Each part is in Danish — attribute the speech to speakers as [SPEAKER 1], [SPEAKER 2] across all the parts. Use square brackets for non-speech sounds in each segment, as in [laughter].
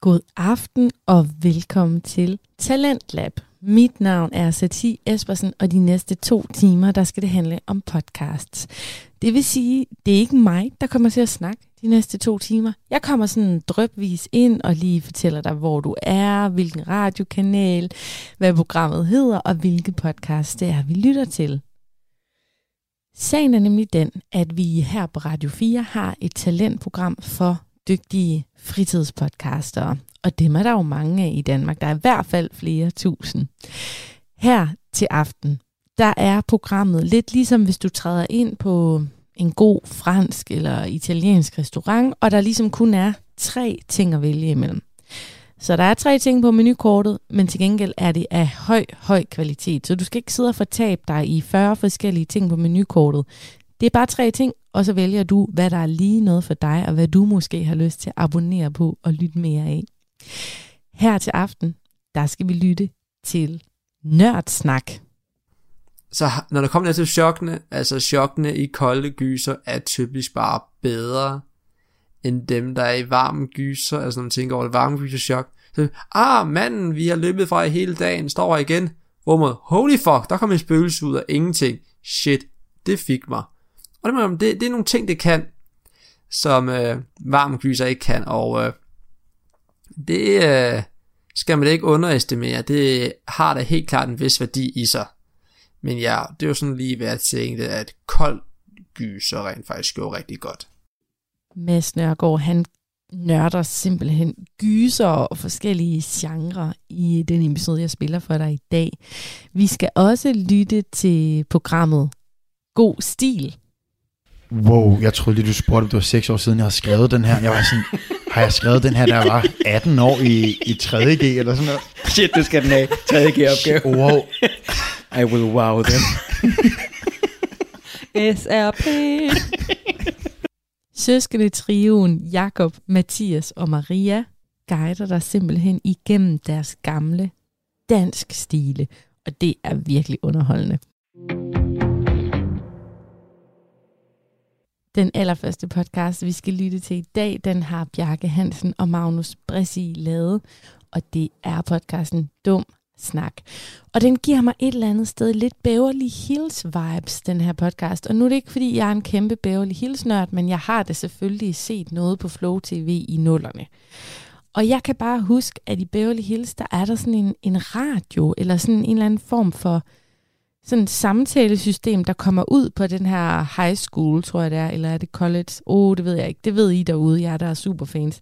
[SPEAKER 1] God aften og velkommen til Talentlab. Mit navn er Sati Espersen, og de næste to timer, der skal det handle om podcasts. Det vil sige, det er ikke mig, der kommer til at snakke de næste to timer. Jeg kommer sådan drøbvis ind og lige fortæller dig, hvor du er, hvilken radiokanal, hvad programmet hedder og hvilke podcast det er, vi lytter til. Sagen er nemlig den, at vi her på Radio 4 har et talentprogram for dygtige fritidspodcastere. Og dem er der jo mange af i Danmark. Der er i hvert fald flere tusind. Her til aften, der er programmet lidt ligesom hvis du træder ind på en god fransk eller italiensk restaurant, og der ligesom kun er tre ting at vælge imellem. Så der er tre ting på menukortet, men til gengæld er det af høj, høj kvalitet. Så du skal ikke sidde og fortabe dig i 40 forskellige ting på menukortet. Det er bare tre ting, og så vælger du, hvad der er lige noget for dig, og hvad du måske har lyst til at abonnere på og lytte mere af. Her til aften, der skal vi lytte til Nørdsnak.
[SPEAKER 2] Så har- når det kommer til chokkene, altså chokkene i kolde gyser er typisk bare bedre end dem, der er i varme gyser, altså når man tænker over det varme gyser chok. Så, ah, manden, vi har løbet fra i hele dagen, står her igen. Rummet, holy fuck, der kom en spøgelse ud af ingenting. Shit, det fik mig. Og det, må jeg- det, det er nogle ting, det kan, som øh, varme gyser ikke kan, og øh, det øh, skal man ikke underestimere. Det har da helt klart en vis værdi i sig. Men ja, det er jo sådan lige, hvad jeg tænkte, at kold gyser rent faktisk gjorde rigtig godt.
[SPEAKER 1] Mads Nørgaard, han nørder simpelthen gyser og forskellige genrer i den episode, jeg spiller for dig i dag. Vi skal også lytte til programmet God Stil.
[SPEAKER 3] Wow, jeg troede lige, du spurgte, om det var 6 år siden, jeg har skrevet den her. Jeg var sådan, har jeg skrevet den her, da jeg var 18 år i, i 3.G eller sådan noget?
[SPEAKER 4] Shit, nu skal den af. 3. G-opgave.
[SPEAKER 3] Wow,
[SPEAKER 4] I will wow them.
[SPEAKER 5] SRP.
[SPEAKER 1] [laughs] Søskende trioen Jakob, Mathias og Maria guider dig simpelthen igennem deres gamle dansk stile, og det er virkelig underholdende. Den allerførste podcast, vi skal lytte til i dag, den har Bjarke Hansen og Magnus Bressi lavet, og det er podcasten Dum Snak. Og den giver mig et eller andet sted lidt Beverly Hills vibes, den her podcast. Og nu er det ikke, fordi jeg er en kæmpe Beverly Hills-nørd, men jeg har da selvfølgelig set noget på Flow TV i nullerne. Og jeg kan bare huske, at i Beverly Hills, der er der sådan en, en radio, eller sådan en eller anden form for sådan et samtalesystem, der kommer ud på den her high school, tror jeg det er, eller er det college? Åh, oh, det ved jeg ikke. Det ved I derude, jeg der er superfans.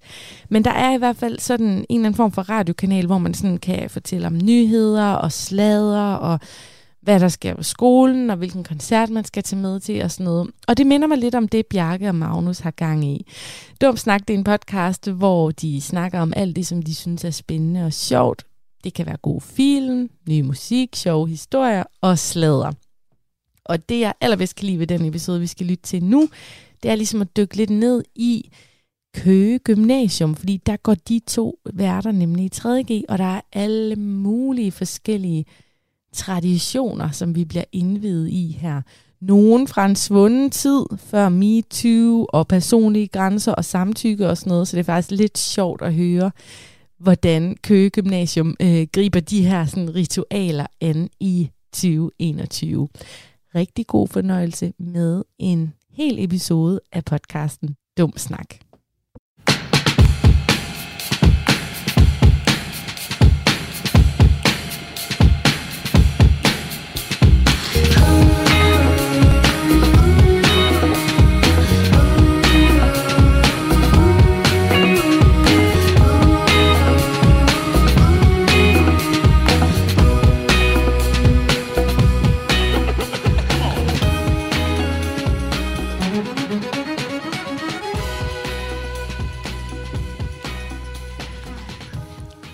[SPEAKER 1] Men der er i hvert fald sådan en eller anden form for radiokanal, hvor man sådan kan fortælle om nyheder og sladder og hvad der sker på skolen og hvilken koncert man skal tage med til og sådan noget. Og det minder mig lidt om det, Bjarke og Magnus har gang i. Dum Snak, det er en podcast, hvor de snakker om alt det, som de synes er spændende og sjovt. Det kan være god film, ny musik, sjove historier og sladder. Og det, jeg allerbedst kan lide ved den episode, vi skal lytte til nu, det er ligesom at dykke lidt ned i, Køge Gymnasium, fordi der går de to værter nemlig i 3.G, og der er alle mulige forskellige traditioner, som vi bliver indvidet i her. Nogen fra en svunden tid, før MeToo og personlige grænser og samtykke og sådan noget, så det er faktisk lidt sjovt at høre, hvordan Køge Gymnasium øh, griber de her sådan, ritualer an i 2021. Rigtig god fornøjelse med en hel episode af podcasten Dum Snak.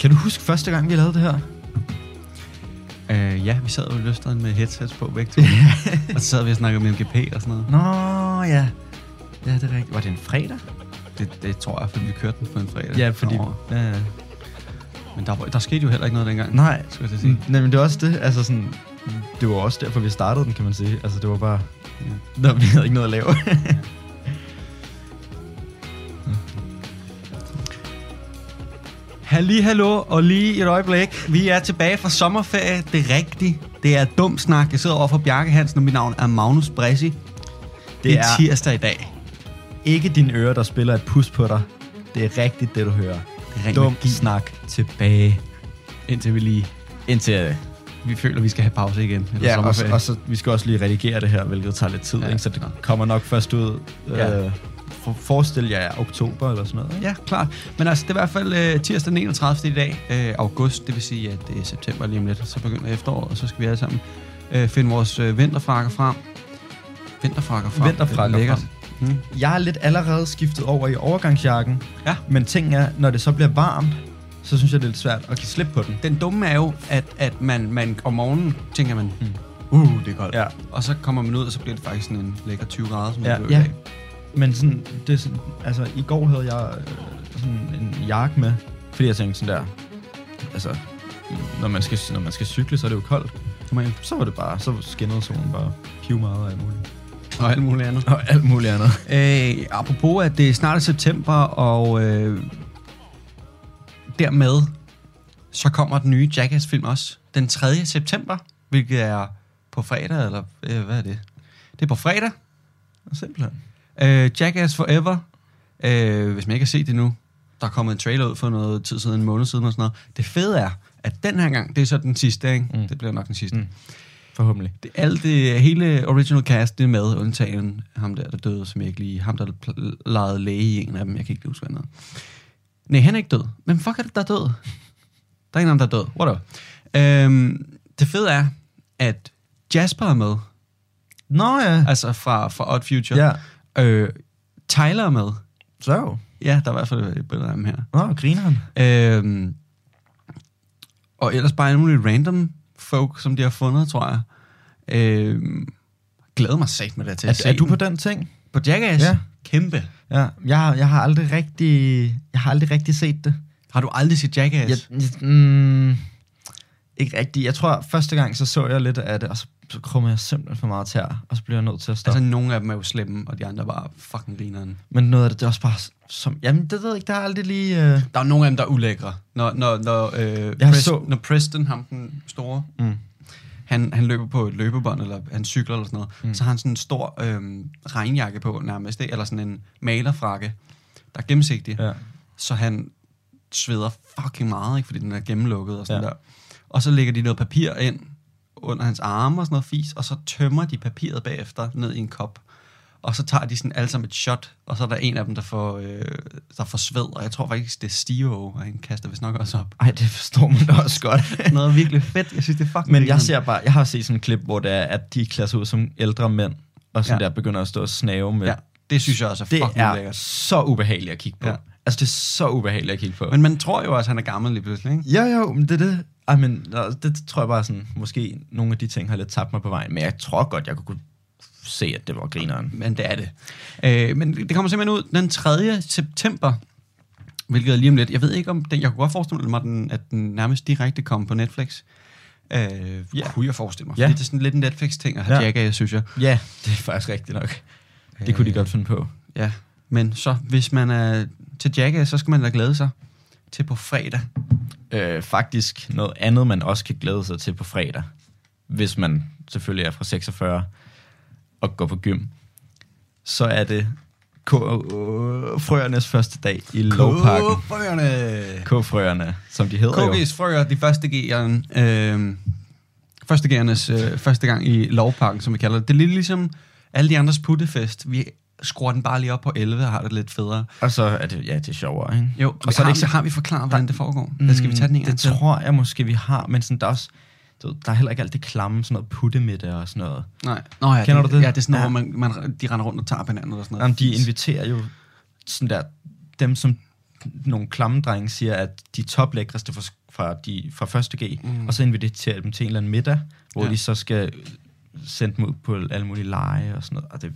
[SPEAKER 6] Kan du huske første gang, vi lavede det her?
[SPEAKER 7] Øh, ja, vi sad jo i løfteren med headsets på begge to. og så sad vi og snakkede om MGP og sådan noget.
[SPEAKER 6] Nå, ja. Ja, det er rigtigt. Var det en fredag?
[SPEAKER 7] Det, det tror jeg, fordi vi kørte den på en fredag.
[SPEAKER 6] Ja, fordi...
[SPEAKER 7] Nå,
[SPEAKER 6] Ja, ja.
[SPEAKER 7] Men der, var- der skete jo heller ikke noget dengang.
[SPEAKER 6] Nej,
[SPEAKER 7] Skulle jeg til at sige.
[SPEAKER 6] Mm, Nej, men det er også det. Altså sådan, det var også derfor, vi startede den, kan man sige. Altså, det var bare... Ja. Nå, vi havde ikke noget at lave.
[SPEAKER 7] Halli, hallo, og lige et øjeblik. Vi er tilbage fra sommerferie. Det er rigtigt. Det er dum snak. Jeg sidder over for Bjarke Hansen, og mit navn er Magnus Bressi. Det, det er
[SPEAKER 6] er-
[SPEAKER 7] tirsdag i dag.
[SPEAKER 6] Ikke dine ører, der spiller et pus på dig. Det er rigtigt, det du hører.
[SPEAKER 7] Det er ren
[SPEAKER 6] Dum
[SPEAKER 7] magi.
[SPEAKER 6] snak tilbage.
[SPEAKER 7] Indtil vi lige... Indtil øh, vi føler, vi skal have pause igen. Eller
[SPEAKER 6] Ja, og, så-
[SPEAKER 7] sommerferie.
[SPEAKER 6] og så, vi skal også lige redigere det her, hvilket tager lidt tid,
[SPEAKER 7] Ja.
[SPEAKER 6] ja. ikke? så det kommer nok først ud. Øh,
[SPEAKER 7] Ja.
[SPEAKER 6] for, forestil jer oktober eller sådan noget. Ikke?
[SPEAKER 7] Ja, klart. Men altså, det er i hvert fald øh, tirsdag den 31. i dag, øh, august, det vil sige, at det er september lige om lidt, så begynder efteråret, og så skal vi alle sammen øh, finde vores øh, vinterfrakker frem. Vinterfrakker frem.
[SPEAKER 6] Vinterfrakker
[SPEAKER 7] Det er
[SPEAKER 6] frem.
[SPEAKER 7] Mm.
[SPEAKER 6] Jeg er lidt allerede skiftet over i overgangsjakken,
[SPEAKER 7] Ja.
[SPEAKER 6] men ting er, når det så bliver varmt, så synes jeg, det er lidt svært at give slip på den.
[SPEAKER 7] Den dumme er jo, at, at man, man om morgenen tænker man, uh, det er koldt.
[SPEAKER 6] Ja.
[SPEAKER 7] Og så kommer man ud, og så bliver det faktisk sådan en lækker 20 grader, som
[SPEAKER 6] Ja.
[SPEAKER 7] det blev i
[SPEAKER 6] Ja.
[SPEAKER 7] dag.
[SPEAKER 6] Men sådan, det er sådan, altså i går havde jeg øh, sådan en jakke med, fordi jeg tænkte sådan der, altså når man skal, når man skal cykle, så er det jo koldt.
[SPEAKER 7] Kom ind.
[SPEAKER 6] Så var det bare, så skinnede solen bare piv meget og alt muligt.
[SPEAKER 7] Og alt muligt andet.
[SPEAKER 6] Og alt muligt andet.
[SPEAKER 7] Øh, apropos, at det snart er september, og øh, dermed så kommer den nye Jackass-film også den 3. september, hvilket er på fredag, eller øh, hvad er det? Det er på fredag.
[SPEAKER 6] Simpelthen.
[SPEAKER 7] Øh, Jackass Forever. Øh, hvis man ikke har set det nu, der er kommet en trailer ud for noget tid siden, en måned siden og sådan noget. Det fede er, at den her gang, det er så den sidste, ikke? Mm.
[SPEAKER 6] Mm.
[SPEAKER 7] Det bliver nok den sidste. Mm.
[SPEAKER 6] Mm. Forhåbentlig.
[SPEAKER 7] Det, alt det, hele original cast, det er med, undtagen ham der, der døde, som jeg ikke lige... Ham, der pl- legede læge i en af dem, jeg kan ikke huske, hvad han hedder. Nej, han er ikke død. Men fuck er det, der er død? Der er en af dem, der er død. Whatever. Øhm, det fede er, at Jasper er med,
[SPEAKER 6] Nå ja.
[SPEAKER 7] altså fra, fra Odd Future.
[SPEAKER 6] Ja.
[SPEAKER 7] Øh, Tyler er med.
[SPEAKER 6] Så jo.
[SPEAKER 7] Ja, der er i hvert fald et billede af ham her.
[SPEAKER 6] Nå, griner han.
[SPEAKER 7] Øhm, og ellers bare alle mulige random folk, som de har fundet, tror jeg. Øhm, glæder mig sat med det til at
[SPEAKER 6] Er,
[SPEAKER 7] se
[SPEAKER 6] er du
[SPEAKER 7] den.
[SPEAKER 6] på den ting?
[SPEAKER 7] på Jackass?
[SPEAKER 6] Ja.
[SPEAKER 7] Kæmpe.
[SPEAKER 6] Ja, jeg, har- jeg har aldrig rigtig, jeg har aldrig rigtig set det.
[SPEAKER 7] Har du aldrig set Jackass?
[SPEAKER 6] Jeg, jeg, mm, ikke rigtigt. Jeg tror, første gang så så jeg lidt af det, og så, så krummer jeg simpelthen for meget tær, og så bliver jeg nødt til at stoppe.
[SPEAKER 7] Altså,
[SPEAKER 6] Altså,
[SPEAKER 7] nogle af dem er jo slemme, og de andre er bare fucking grineren.
[SPEAKER 6] Men noget af det, det er også bare s- som... Jamen, det ved jeg ikke, der er aldrig lige... Øh,
[SPEAKER 7] Der er nogle af dem, der er ulækre. Når, når, når, øh,
[SPEAKER 6] Jeg
[SPEAKER 7] Prest, så...
[SPEAKER 6] så-
[SPEAKER 7] når Preston, ham den store,
[SPEAKER 6] Mm.
[SPEAKER 7] han, han løber på et løbebånd, eller han cykler eller sådan noget, mm. så har han sådan en stor øh, regnjakke på nærmest, ikke? eller sådan en malerfrakke, der er gennemsigtig.
[SPEAKER 6] ja.
[SPEAKER 7] så han sveder fucking meget, ikke? fordi den er gennemlukket og sådan ja.
[SPEAKER 6] Ja.
[SPEAKER 7] der. Og så lægger de noget papir ind under hans arme og sådan noget fis, og så tømmer de papiret bagefter ned i en kop. Og så tager de sådan alle sammen et shot, og så er der en af dem, der får, øh, der får sved, og jeg tror faktisk, det er Stio, og han kaster vist nok også op.
[SPEAKER 6] Ej, det forstår man
[SPEAKER 7] [laughs]
[SPEAKER 6] da også godt.
[SPEAKER 7] Noget virkelig fedt, jeg synes, det er fucking
[SPEAKER 6] Men jeg
[SPEAKER 7] grineren.
[SPEAKER 6] ser bare, jeg har set sådan et klip, hvor det er, at de klæder sig ud som ældre mænd, og sådan
[SPEAKER 7] Ja.
[SPEAKER 6] ja. der begynder at stå og snave med.
[SPEAKER 7] Ja,
[SPEAKER 6] Ja.
[SPEAKER 7] det synes jeg også er
[SPEAKER 6] Det
[SPEAKER 7] fucking
[SPEAKER 6] er
[SPEAKER 7] lækkert.
[SPEAKER 6] så ubehageligt at kigge på.
[SPEAKER 7] Ja.
[SPEAKER 6] Ja. Altså, det er så ubehageligt at kigge på.
[SPEAKER 7] Men man tror jo også, at han er gammel lige pludselig, ikke?
[SPEAKER 6] Jo, jo, men det er det. Ej, men nå, det tror jeg bare sådan, måske nogle af de ting har lidt tabt mig på vejen, men jeg tror godt, jeg kunne kunne se, at det var grineren.
[SPEAKER 7] men det er det. Øh, men det kommer simpelthen ud den 3. september, hvilket er lige om lidt. Jeg ved ikke om den, jeg kunne godt forestille mig, den, at den nærmest direkte kom på Netflix. Øh, yeah. Kunne jeg forestille mig.
[SPEAKER 6] Ja.
[SPEAKER 7] Yeah. Det er sådan lidt en Netflix-ting at have
[SPEAKER 6] Ja.
[SPEAKER 7] yeah. Jackass, synes jeg.
[SPEAKER 6] Ja, det er faktisk rigtigt nok. Det
[SPEAKER 7] Øh.
[SPEAKER 6] kunne de godt finde på.
[SPEAKER 7] Ja, men så hvis man er til Jackass, så skal man da glæde sig til på fredag.
[SPEAKER 6] Øh, faktisk noget andet, man også kan glæde sig til på fredag, hvis man selvfølgelig er fra 46 og går på gym, så er det K- frøernes første dag i Lovparken.
[SPEAKER 7] K-frøerne.
[SPEAKER 6] K-frøerne, som de hedder jo.
[SPEAKER 7] KG's frøer, de første G'erne, øh, første G'ernes øh, første gang i lovparken, som vi kalder det. Det er lidt ligesom alle de andres puttefest. Vi skruer den bare lige op på 11 og har det lidt federe.
[SPEAKER 6] Og så er det, ja, det er sjovere, ikke?
[SPEAKER 7] Jo, og
[SPEAKER 6] og
[SPEAKER 7] så
[SPEAKER 6] så
[SPEAKER 7] har,
[SPEAKER 6] er det
[SPEAKER 7] ikke,
[SPEAKER 6] ikke
[SPEAKER 7] så
[SPEAKER 6] så-
[SPEAKER 7] har vi Mm, forklaret, hvordan det foregår. Eller skal vi tage den en
[SPEAKER 6] Mm, Det
[SPEAKER 7] gang til?
[SPEAKER 6] tror jeg måske, vi har, men sådan, der er også, du ved, der er heller ikke alt det klamme, sådan noget puttemiddag og sådan noget.
[SPEAKER 7] Nej. Nå, ja,
[SPEAKER 6] Kender
[SPEAKER 7] det,
[SPEAKER 6] du det?
[SPEAKER 7] Ja, det er sådan noget,
[SPEAKER 6] Ja.
[SPEAKER 7] hvor man, man, de render rundt og tager på hinanden eller sådan noget.
[SPEAKER 6] Jamen, de inviterer jo sådan der, dem som nogle klamme drenge siger, at de toplækreste fra, fra, de, fra første G, mm. og så inviterer de dem til en eller anden middag, hvor
[SPEAKER 7] Ja.
[SPEAKER 6] ja. de så skal sende dem ud på alle mulige lege
[SPEAKER 7] Mm.
[SPEAKER 6] og sådan noget, og det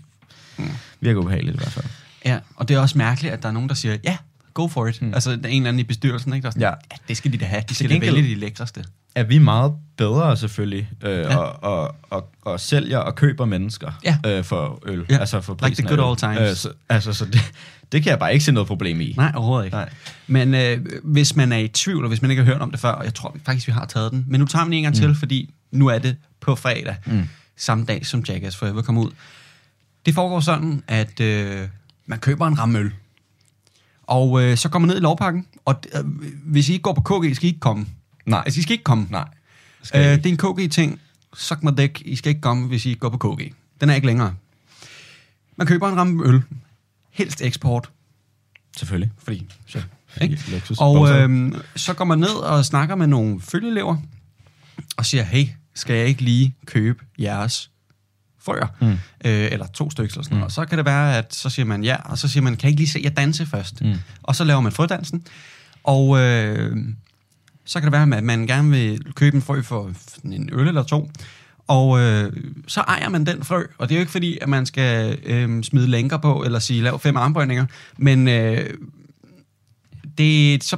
[SPEAKER 6] virker ubehageligt i hvert fald.
[SPEAKER 7] Ja, og det er også mærkeligt, at der er nogen, der siger, ja, go for it. Mm. Altså, der er en eller anden i bestyrelsen, ikke? Der er sådan,
[SPEAKER 6] Ja.
[SPEAKER 7] ja. ja. det skal de da have. De skal da
[SPEAKER 6] gengæld-
[SPEAKER 7] vælge de lækreste.
[SPEAKER 6] er vi meget bedre selvfølgelig, øh,
[SPEAKER 7] Ja.
[SPEAKER 6] ja. og, og, og, og sælger og køber mennesker
[SPEAKER 7] Ja.
[SPEAKER 6] øh, for øl.
[SPEAKER 7] Ja.
[SPEAKER 6] Altså for
[SPEAKER 7] Like the
[SPEAKER 6] prisen af
[SPEAKER 7] good
[SPEAKER 6] øl.
[SPEAKER 7] old times.
[SPEAKER 6] så, altså, så det, det kan jeg bare ikke se noget problem i.
[SPEAKER 7] Nej, overhovedet ikke.
[SPEAKER 6] Nej.
[SPEAKER 7] Men øh, hvis man er i tvivl, og hvis man ikke har hørt om det før, og jeg tror faktisk, vi har taget den, men nu tager vi den en gang mm. til, fordi nu er det på fredag, mm. samme dag som Jackass Forever kommer ud. Det foregår sådan, at øh, man køber en ramme øl, og øh, så kommer man ned i lovpakken, og øh, hvis I ikke går på KG, skal I ikke komme.
[SPEAKER 6] Nej.
[SPEAKER 7] Altså, I skal ikke komme.
[SPEAKER 6] Nej.
[SPEAKER 7] Øh,
[SPEAKER 6] Skal jeg
[SPEAKER 7] det er en KG-ting. Suck mig dæk. I skal ikke komme, hvis I går på KG. Den er ikke længere. Man køber en ramme øl. Helst eksport.
[SPEAKER 6] Selvfølgelig.
[SPEAKER 7] Fordi, så,
[SPEAKER 6] Fordi
[SPEAKER 7] ikke?
[SPEAKER 6] Lexus
[SPEAKER 7] Og
[SPEAKER 6] sponsor.
[SPEAKER 7] øh, så går man ned og snakker med nogle følgelever, og siger, hey, skal jeg ikke lige købe jeres frøer? Mm. Øh, eller to stykker eller sådan mm. Og så kan det være, at så siger man ja, og så siger man, kan I ikke lige se jer danse først? Mm. Og så laver man frødansen. Og øh, så kan det være, at man gerne vil købe en frø for en øl eller to. Og øh, så ejer man den frø, og det er jo ikke fordi, at man skal øh, smide lænker på, eller sige, lav fem armbøjninger, men øh, det, så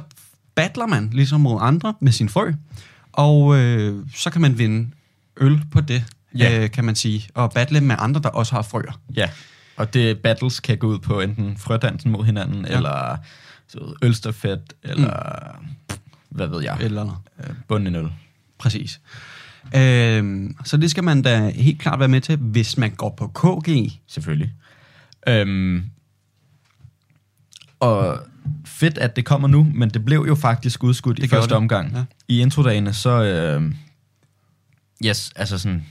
[SPEAKER 7] battler man ligesom mod andre med sin frø, og øh, så kan man vinde øl på det,
[SPEAKER 6] Ja.
[SPEAKER 7] ja. øh, kan man sige, og battle med andre, der også har frøer.
[SPEAKER 6] Ja, og det battles kan gå ud på enten frødansen mod hinanden, ja. eller så ved, ølstafet, eller mm. hvad ved jeg,
[SPEAKER 7] Eller noget.
[SPEAKER 6] øh, bunden øl.
[SPEAKER 7] Præcis. Øh, så det skal man da helt klart være med til, hvis man går på KG.
[SPEAKER 6] selvfølgelig. Øhm, og fedt, at det kommer nu, men det blev jo faktisk udskudt det i
[SPEAKER 7] Det gjorde
[SPEAKER 6] første
[SPEAKER 7] det,
[SPEAKER 6] det. omgang.
[SPEAKER 7] ja.
[SPEAKER 6] Ja. I introdagene, så... Øh, yes, altså sådan...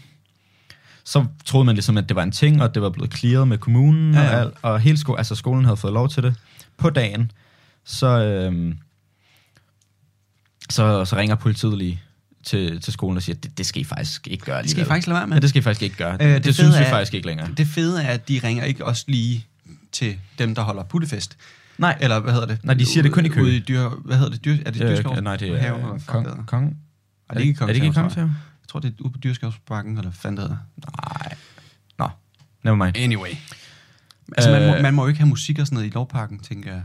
[SPEAKER 6] Så troede man ligesom, at det var en ting, og det var blevet clearet med kommunen, ja,
[SPEAKER 7] Ja,
[SPEAKER 6] ja.
[SPEAKER 7] ja.
[SPEAKER 6] Og, alt, og hele sko- altså, skolen havde fået lov til det. På dagen, så, øh, så, så ringer politiet lige til, til skolen og siger, det, det skal I faktisk ikke gøre
[SPEAKER 7] Det
[SPEAKER 6] alligevel.
[SPEAKER 7] skal I faktisk lade være med.
[SPEAKER 6] Ja, det skal I faktisk ikke gøre.
[SPEAKER 7] Øh,
[SPEAKER 6] Øh, det
[SPEAKER 7] det
[SPEAKER 6] det
[SPEAKER 7] fede
[SPEAKER 6] synes vi
[SPEAKER 7] er-
[SPEAKER 6] faktisk ikke længere.
[SPEAKER 7] Det fede er, at de ringer ikke også lige til dem, der holder puttefest.
[SPEAKER 6] Nej.
[SPEAKER 7] Eller hvad hedder det?
[SPEAKER 6] Nej, de siger det kun i Køge.
[SPEAKER 7] Ude i dyr, hvad hedder det? Dyr, er det dyrskov?
[SPEAKER 6] Øh, nej, det er
[SPEAKER 7] Haven, eller
[SPEAKER 6] Haven,
[SPEAKER 7] fuck, hvad hedder
[SPEAKER 6] kong,
[SPEAKER 7] det?
[SPEAKER 6] kong.
[SPEAKER 7] Er det ikke
[SPEAKER 6] er det ikke
[SPEAKER 7] Kongens Have,
[SPEAKER 6] Kongens
[SPEAKER 7] tror Jeg Jeg tror, det er ude på dyrskovsbakken, eller hvad fanden det hedder.
[SPEAKER 6] Nej. Nå, never mind.
[SPEAKER 7] Anyway. Altså, man,
[SPEAKER 6] Øh.
[SPEAKER 7] må, man må jo ikke have musik og sådan noget i lovparken, tænker jeg.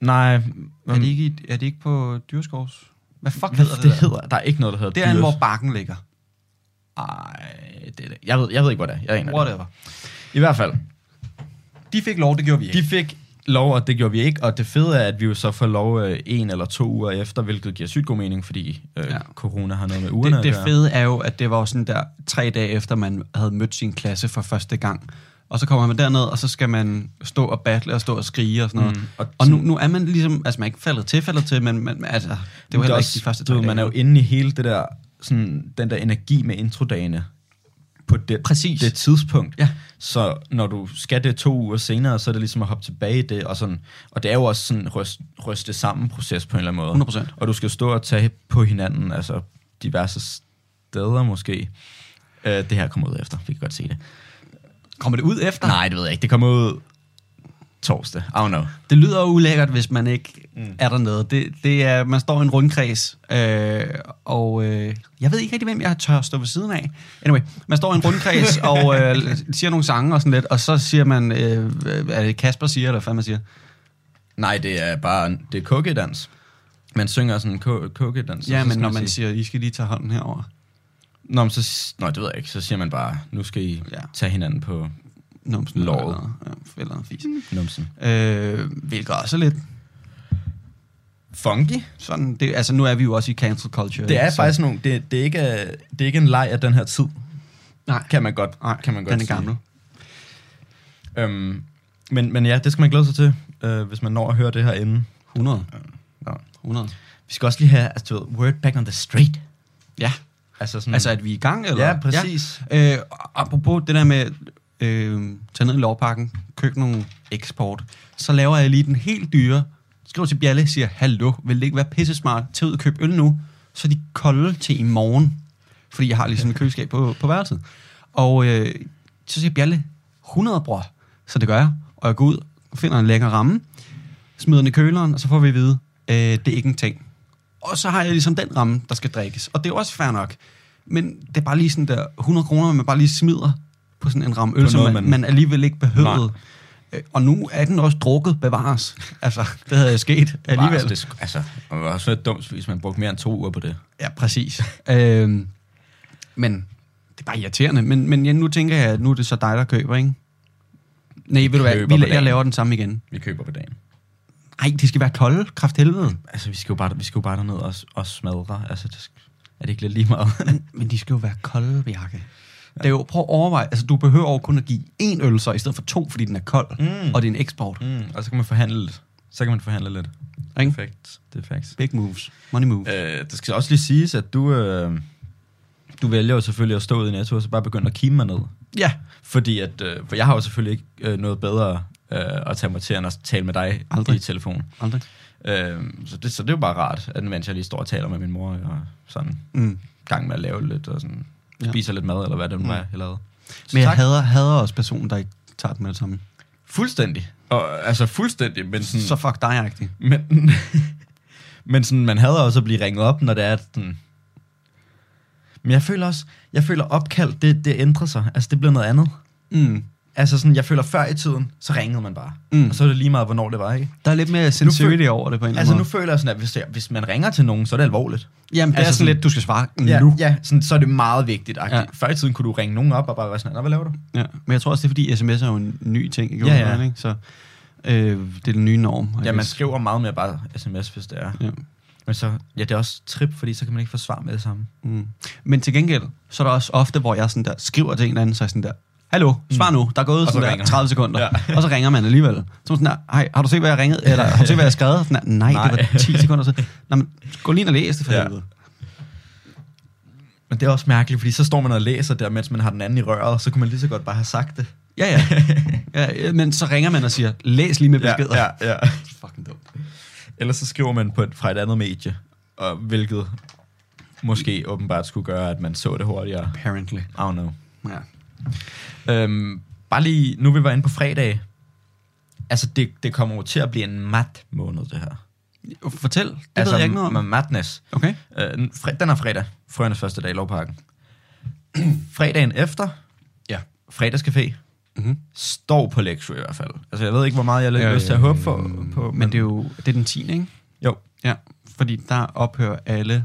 [SPEAKER 6] Nej,
[SPEAKER 7] Er det ikke, i- er det ikke på dyrskovs... Hvad fuck
[SPEAKER 6] hvad
[SPEAKER 7] hedder det,
[SPEAKER 6] det
[SPEAKER 7] der?
[SPEAKER 6] hedder? Der er ikke noget, der hedder
[SPEAKER 7] Det er,
[SPEAKER 6] dyres.
[SPEAKER 7] hvor bakken ligger.
[SPEAKER 6] Ej, det er det. Jeg ved, jeg ved ikke, hvor det er. Jeg aner det.
[SPEAKER 7] Whatever.
[SPEAKER 6] ikke. I hvert fald.
[SPEAKER 7] De fik lov, det gjorde vi ikke.
[SPEAKER 6] De fik lov, og det gjorde vi ikke. Og det fede er, at vi jo så får lov øh, en eller to uger efter, hvilket giver sygt god mening, fordi øh,
[SPEAKER 7] Ja.
[SPEAKER 6] ja. corona har noget med ugerne
[SPEAKER 7] Det,
[SPEAKER 6] at
[SPEAKER 7] det
[SPEAKER 6] gøre.
[SPEAKER 7] fede er jo, at det var jo sådan der tre dage efter, man havde mødt sin klasse for første gang. Og så kommer man derned, og så skal man stå og battle og stå og skrige og sådan noget.
[SPEAKER 6] Mm,
[SPEAKER 7] Mm,
[SPEAKER 6] og
[SPEAKER 7] og og nu, nu er man ligesom, altså man er ikke faldet til, faldet til, men man, altså, det var heller ikke de første
[SPEAKER 6] du
[SPEAKER 7] tre
[SPEAKER 6] ved,
[SPEAKER 7] dage.
[SPEAKER 6] Man er jo inde i hele det der, sådan, den der energi med introdagene på det,
[SPEAKER 7] Præcis.
[SPEAKER 6] det tidspunkt.
[SPEAKER 7] Ja.
[SPEAKER 6] Så når du skal det to uger senere, så er det ligesom at hoppe tilbage i det, og, sådan, og det er jo også sådan en ryst, ryste sammen proces på en eller anden måde.
[SPEAKER 7] 100%.
[SPEAKER 6] Og du skal stå og tage på hinanden, altså diverse steder måske. Øh, det her kommer ud efter, vi kan godt se det.
[SPEAKER 7] Kommer det ud efter?
[SPEAKER 6] Nej, det ved jeg ikke. Det kommer ud torsdag. I don't know.
[SPEAKER 7] Det lyder jo ulækkert, hvis man ikke mm. er dernede. Det, det er, man står i en rundkreds, øh, og øh, jeg ved ikke rigtig, hvem jeg tør stå ved siden af. Anyway, man står i en rundkreds
[SPEAKER 6] [laughs]
[SPEAKER 7] og øh, siger nogle sange og sådan lidt, og så siger man, øh, er det Kasper siger, eller hvad fanden man siger?
[SPEAKER 6] Nej, det er bare, det er kukkedans. Man synger sådan en ku- kukkedans.
[SPEAKER 7] Ja,
[SPEAKER 6] og så
[SPEAKER 7] men
[SPEAKER 6] skal
[SPEAKER 7] når
[SPEAKER 6] man
[SPEAKER 7] man
[SPEAKER 6] sige-
[SPEAKER 7] siger, I skal lige tage hånden herover.
[SPEAKER 6] Nå, men så, s- nå, det ved jeg ikke. Så siger man bare, nu skal I
[SPEAKER 7] Ja.
[SPEAKER 6] ja. tage hinanden på
[SPEAKER 7] Numsen
[SPEAKER 6] Låret.
[SPEAKER 7] eller noget. Ja, eller noget fis.
[SPEAKER 6] numsen.
[SPEAKER 7] Øh, hvilket også er lidt
[SPEAKER 6] Funky?
[SPEAKER 7] sådan. Det, altså, nu er vi jo også i cancel culture.
[SPEAKER 6] Det er
[SPEAKER 7] så-
[SPEAKER 6] faktisk nogle, det, det, er ikke, øh, det er ikke en leg af den her tid,
[SPEAKER 7] Nej,
[SPEAKER 6] kan man godt,
[SPEAKER 7] nej
[SPEAKER 6] kan man godt
[SPEAKER 7] den er
[SPEAKER 6] sige.
[SPEAKER 7] gammel.
[SPEAKER 6] Øhm, men, men ja, det skal man glæde sig til, øh, hvis man når at høre det her inden.
[SPEAKER 7] 100.
[SPEAKER 6] Nå.
[SPEAKER 7] 100.
[SPEAKER 6] Vi skal også lige have, altså, du ved, word back on the street.
[SPEAKER 7] Ja,
[SPEAKER 6] Altså, sådan,
[SPEAKER 7] mm. altså at vi er i gang, eller?
[SPEAKER 6] Ja, præcis.
[SPEAKER 7] Ja. Øh, apropos det der med, øh, tage ned i lovpakken, køb nogle eksport, så laver jeg lige den helt dyre, skriver til Bjalle, siger, hallo, vil det ikke være pissesmart, tag ud og køb øl nu, så er de kolde til i morgen, fordi jeg har ligesom et køleskab på, på værelset. Og øh, så siger Bjalle, 100 bror, så det gør jeg, og jeg går ud, finder en lækker ramme, smider den i køleren, og så får vi at vide, øh, det er ikke en ting. Og så har jeg ligesom den ramme, der skal drikkes. Og det er jo også fair nok. Men det er bare lige sådan der 100 kroner, man bare lige smider på sådan en ramme øl,
[SPEAKER 6] På
[SPEAKER 7] som
[SPEAKER 6] noget,
[SPEAKER 7] man,
[SPEAKER 6] man-
[SPEAKER 7] man alligevel ikke behøvede. Øh, Og nu er den også drukket, bevares. Altså, det havde jeg sket alligevel.
[SPEAKER 6] Altså, det, sk- altså, man var også lidt dumt, hvis man brugte mere end to uger på det.
[SPEAKER 7] Ja, præcis. øhm, men det er bare irriterende. Men, men ja, nu tænker jeg, at nu er det så dig, der køber, ikke? Nej, ved du hvad,
[SPEAKER 6] køber
[SPEAKER 7] vi,
[SPEAKER 6] på
[SPEAKER 7] la- jeg
[SPEAKER 6] dagen.
[SPEAKER 7] laver den samme igen.
[SPEAKER 6] Vi køber på dagen.
[SPEAKER 7] Ej, det skal være kolde, kraft helvede.
[SPEAKER 6] Altså, vi skal jo bare, vi skal jo bare derned og, og smadre. Altså, det, sk- er det ikke lidt lige meget? [laughs]
[SPEAKER 7] Men de skal jo være kolde, Bjarke. Det er jo, prøv at overveje, altså du behøver jo kun at give én øl så, i stedet for to, fordi den er kold,
[SPEAKER 6] Mm.
[SPEAKER 7] og det er en eksport.
[SPEAKER 6] mm, og så kan man forhandle lidt. Så kan man forhandle lidt.
[SPEAKER 7] Ikke?
[SPEAKER 6] Perfekt. Det er facts.
[SPEAKER 7] Big moves, money moves.
[SPEAKER 6] Øh, det skal også lige siges, at du, øh, du vælger jo selvfølgelig at stå ude i Netto, og så bare begynde at kime mig ned.
[SPEAKER 7] Ja,
[SPEAKER 6] Fordi at, øh, for jeg har jo selvfølgelig ikke øh, noget bedre øh, at tage mig til, end at tale med dig
[SPEAKER 7] Aldrig.
[SPEAKER 6] Aldrig. i telefon.
[SPEAKER 7] aldrig.
[SPEAKER 6] Øh, så, det, så det er jo bare rart, at mens jeg lige står og taler med min mor, og sådan
[SPEAKER 7] Mm.
[SPEAKER 6] gang med at lave lidt, og sådan
[SPEAKER 7] Ja.
[SPEAKER 6] spiser lidt mad, eller hvad det nu
[SPEAKER 7] Mm.
[SPEAKER 6] er, jeg lavede. Så
[SPEAKER 7] Men jeg
[SPEAKER 6] tak.
[SPEAKER 7] hader, hader også personen, der ikke tager den med det samme.
[SPEAKER 6] Fuldstændig. Og, altså fuldstændig, men sådan...
[SPEAKER 7] Så fuck dig-agtig.
[SPEAKER 6] Men, [laughs] men sådan, man hader også at blive ringet op, når det er sådan... Men jeg føler også, jeg føler opkald, det, det ændrer sig. Altså, det bliver noget andet.
[SPEAKER 7] Mm.
[SPEAKER 6] Altså sådan, jeg føler før i tiden, så ringede man bare.
[SPEAKER 7] Mm.
[SPEAKER 6] Og så er det lige meget, hvornår det var, ikke?
[SPEAKER 7] Der er lidt mere sincerity over det på en eller anden
[SPEAKER 6] Altså nu
[SPEAKER 7] måde.
[SPEAKER 6] føler jeg sådan, at hvis, jeg, hvis man ringer til nogen, så er det alvorligt.
[SPEAKER 7] Jamen, det altså, er
[SPEAKER 6] altså
[SPEAKER 7] sådan
[SPEAKER 6] sådan-
[SPEAKER 7] lidt, du skal svare
[SPEAKER 6] Ja,
[SPEAKER 7] nu.
[SPEAKER 6] ja sådan, så er det meget vigtigt. Ja.
[SPEAKER 7] Ja.
[SPEAKER 6] Før i tiden kunne du ringe nogen op og bare være sådan, "Nå, hvad laver du?
[SPEAKER 7] Ja. Men jeg tror også, det er fordi, sms er jo en ny ting, ikke?
[SPEAKER 6] Ja, ja.
[SPEAKER 7] Hvordan, Ikke? Så øh, det er den nye norm. I
[SPEAKER 6] Ja, man
[SPEAKER 7] guess.
[SPEAKER 6] skriver meget mere bare sms, hvis det er.
[SPEAKER 7] Ja.
[SPEAKER 6] Men så, ja, det er også trip, fordi så kan man ikke få svar med det samme.
[SPEAKER 7] Mm. Men til gengæld, så er der også ofte, hvor jeg sådan der skriver til en eller anden, så er jeg sådan der, hallo, svar nu, der er gået
[SPEAKER 6] Mm. så
[SPEAKER 7] sådan der
[SPEAKER 6] ringer.
[SPEAKER 7] 30 sekunder, ja. [laughs]
[SPEAKER 6] Ja.
[SPEAKER 7] og så ringer man alligevel. Så er man sådan der, hej, har du set, hvad jeg ringede, eller har du set, hvad jeg skrev? Sådan der, Nej, Nej,
[SPEAKER 6] Nej.
[SPEAKER 7] det var 10 sekunder
[SPEAKER 6] [laughs]
[SPEAKER 7] siden. Nå, men gå lige ind og læs det for
[SPEAKER 6] Ja.
[SPEAKER 7] helvede.
[SPEAKER 6] Men det er også mærkeligt, fordi så står man og læser der, mens man har den anden i røret, og så kunne man lige så godt bare have sagt det.
[SPEAKER 7] Ja,
[SPEAKER 6] [laughs]
[SPEAKER 7] ja. ja, ja, men så ringer man og siger, læs lige med beskeder.
[SPEAKER 6] ja, ja.
[SPEAKER 7] Fucking dumt.
[SPEAKER 6] Ellers så skriver man på et, fra et andet medie, og hvilket måske åbenbart skulle gøre, at man så det hurtigere.
[SPEAKER 7] Apparently.
[SPEAKER 6] I don't know.
[SPEAKER 7] Ja.
[SPEAKER 6] Øhm, bare lige, nu vi var inde på fredag. Altså, det, det kommer jo til at blive en mat måned, det her.
[SPEAKER 7] Fortæl, det altså,
[SPEAKER 6] altså,
[SPEAKER 7] ved jeg ikke noget om.
[SPEAKER 6] m- Madness.
[SPEAKER 7] Okay.
[SPEAKER 6] Øh, den- fre- den er fredag. Frøernes første dag i lovparken. Fredagen efter.
[SPEAKER 7] Ja.
[SPEAKER 6] Fredagscafé.
[SPEAKER 7] Mhm.
[SPEAKER 6] Mm-hmm. Står på lektion i hvert fald. Altså, jeg ved ikke, hvor meget jeg har
[SPEAKER 7] Ja,
[SPEAKER 6] lyst til at
[SPEAKER 7] ja,
[SPEAKER 6] håbe for, på.
[SPEAKER 7] Men det er jo det er den 10. ikke?
[SPEAKER 6] Jo.
[SPEAKER 7] Ja, fordi der ophører alle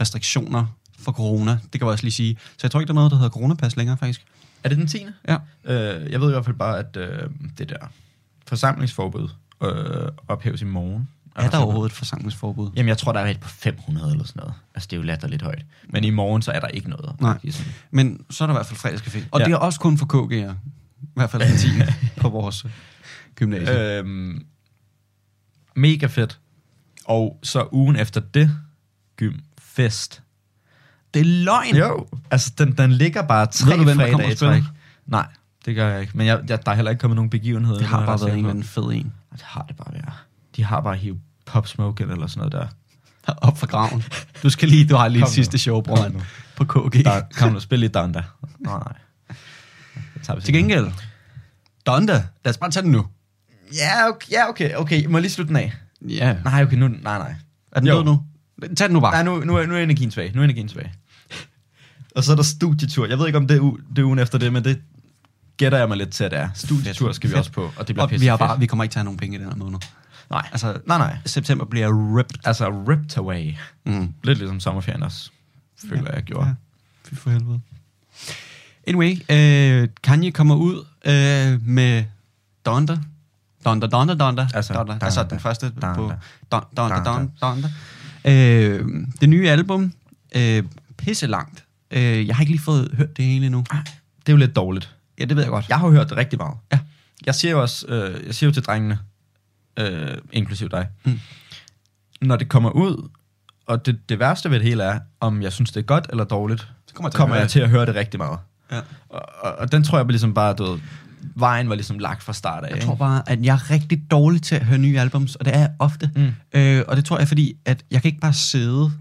[SPEAKER 7] restriktioner for corona. Det kan jeg også lige sige. Så jeg tror ikke, der er noget, der hedder coronapas længere, faktisk.
[SPEAKER 6] Er det den 10.
[SPEAKER 7] Ja.
[SPEAKER 6] Øh, jeg ved i hvert fald bare, at øh, det der forsamlingsforbud øh, ophæves i morgen. Altså,
[SPEAKER 7] Er der overhovedet et forsamlingsforbud?
[SPEAKER 6] Jamen, jeg tror, der er et på 500 eller sådan noget. Altså, det er jo latterligt højt. Men i morgen, så er der ikke noget.
[SPEAKER 7] Nej.
[SPEAKER 6] Det er sådan-
[SPEAKER 7] Men så er der i hvert fald fredagscafé. Og ja.
[SPEAKER 6] Ja.
[SPEAKER 7] det er også kun for KG'er. I hvert
[SPEAKER 6] [laughs]
[SPEAKER 7] fald den 10. på vores gymnasie. Øh.
[SPEAKER 6] Øhm, mega fedt. Og så ugen efter det, gymfest.
[SPEAKER 7] Det er løgn!
[SPEAKER 6] Jo. Altså, den, den ligger bare tre
[SPEAKER 7] Ved du, hvem der kommer
[SPEAKER 6] fredage
[SPEAKER 7] og
[SPEAKER 6] i
[SPEAKER 7] spiller?
[SPEAKER 6] træk. Nej, det gør jeg ikke. Men jeg, jeg, der er heller ikke kommet nogen begivenhed.
[SPEAKER 7] Det har bare været en eller anden fed en.
[SPEAKER 6] Det har det bare været. De har bare hivet Pop Smoke eller sådan noget der.
[SPEAKER 7] [laughs] Op fra
[SPEAKER 6] [laughs]
[SPEAKER 7] graven. Du skal lige, du har lige
[SPEAKER 6] Kom
[SPEAKER 7] et
[SPEAKER 6] nu.
[SPEAKER 7] sidste show, bror.
[SPEAKER 6] Kom nu.
[SPEAKER 7] På KG.
[SPEAKER 6] Der kan man spille lidt Donda. Nej,
[SPEAKER 7] [laughs]
[SPEAKER 6] nej. Det tager vi
[SPEAKER 7] Til
[SPEAKER 6] senere.
[SPEAKER 7] gengæld. Donda. Lad os bare tage den nu.
[SPEAKER 6] Ja, okay, ja, okay, okay. Må jeg lige slutte den af?
[SPEAKER 7] Ja.
[SPEAKER 6] Nej, okay, nu, nej, nej.
[SPEAKER 7] Er den
[SPEAKER 6] Jo.
[SPEAKER 7] død nu? Tag den nu bare.
[SPEAKER 6] Nej, nu, nu, er, nu er energien tilbage. Nu er energien tilbage. Og så er der studietur. Jeg ved ikke, om det er, u- det er ugen efter det, men det gætter jeg mig lidt til, at det er. Studietur skal vi
[SPEAKER 7] Fedt.
[SPEAKER 6] også på, og det bliver
[SPEAKER 7] Og
[SPEAKER 6] pisse
[SPEAKER 7] vi, har
[SPEAKER 6] fedt.
[SPEAKER 7] bare, vi kommer ikke til at have nogen penge i den her måned.
[SPEAKER 6] Nej, altså,
[SPEAKER 7] Altså,
[SPEAKER 6] nej, nej.
[SPEAKER 7] september bliver ripped.
[SPEAKER 6] Altså, ripped away.
[SPEAKER 7] Mm.
[SPEAKER 6] Lidt ligesom sommerferien også, føler jeg, jeg gjorde.
[SPEAKER 7] Ja. Fy for helvede. Anyway, øh, Kanye kommer ud øh, med Donda. Donda, Donda, Donda. Altså,
[SPEAKER 6] Altså,
[SPEAKER 7] Donda.
[SPEAKER 6] Donda.
[SPEAKER 7] altså den første
[SPEAKER 6] Donda.
[SPEAKER 7] på Don, Donda,
[SPEAKER 6] Donda.
[SPEAKER 7] Donda, Donda. Øh, det nye album, øh, pisse langt. Øh, jeg har ikke lige fået hørt det hele endnu.
[SPEAKER 6] Det er jo lidt dårligt.
[SPEAKER 7] Ja, det ved jeg godt.
[SPEAKER 6] Jeg har jo hørt det rigtig meget.
[SPEAKER 7] Ja.
[SPEAKER 6] Jeg siger jo også, øh, jeg siger jo til drengene, øh, inklusiv dig,
[SPEAKER 7] Mm.
[SPEAKER 6] mm. når det kommer ud, og det, det værste ved det hele er, om jeg synes, det er godt eller dårligt,
[SPEAKER 7] Så kommer jeg til at
[SPEAKER 6] kommer
[SPEAKER 7] høre
[SPEAKER 6] jeg
[SPEAKER 7] det.
[SPEAKER 6] til at høre det rigtig meget.
[SPEAKER 7] Ja.
[SPEAKER 6] Og, og, og den tror jeg ligesom bare, du ved, vejen var ligesom lagt fra start af.
[SPEAKER 7] Jeg
[SPEAKER 6] ikke?
[SPEAKER 7] tror bare, at jeg er rigtig dårlig til at høre nye albums, og det er jeg ofte. Mm.
[SPEAKER 6] Mm.
[SPEAKER 7] Øh, og det tror jeg, fordi at jeg kan ikke bare sidde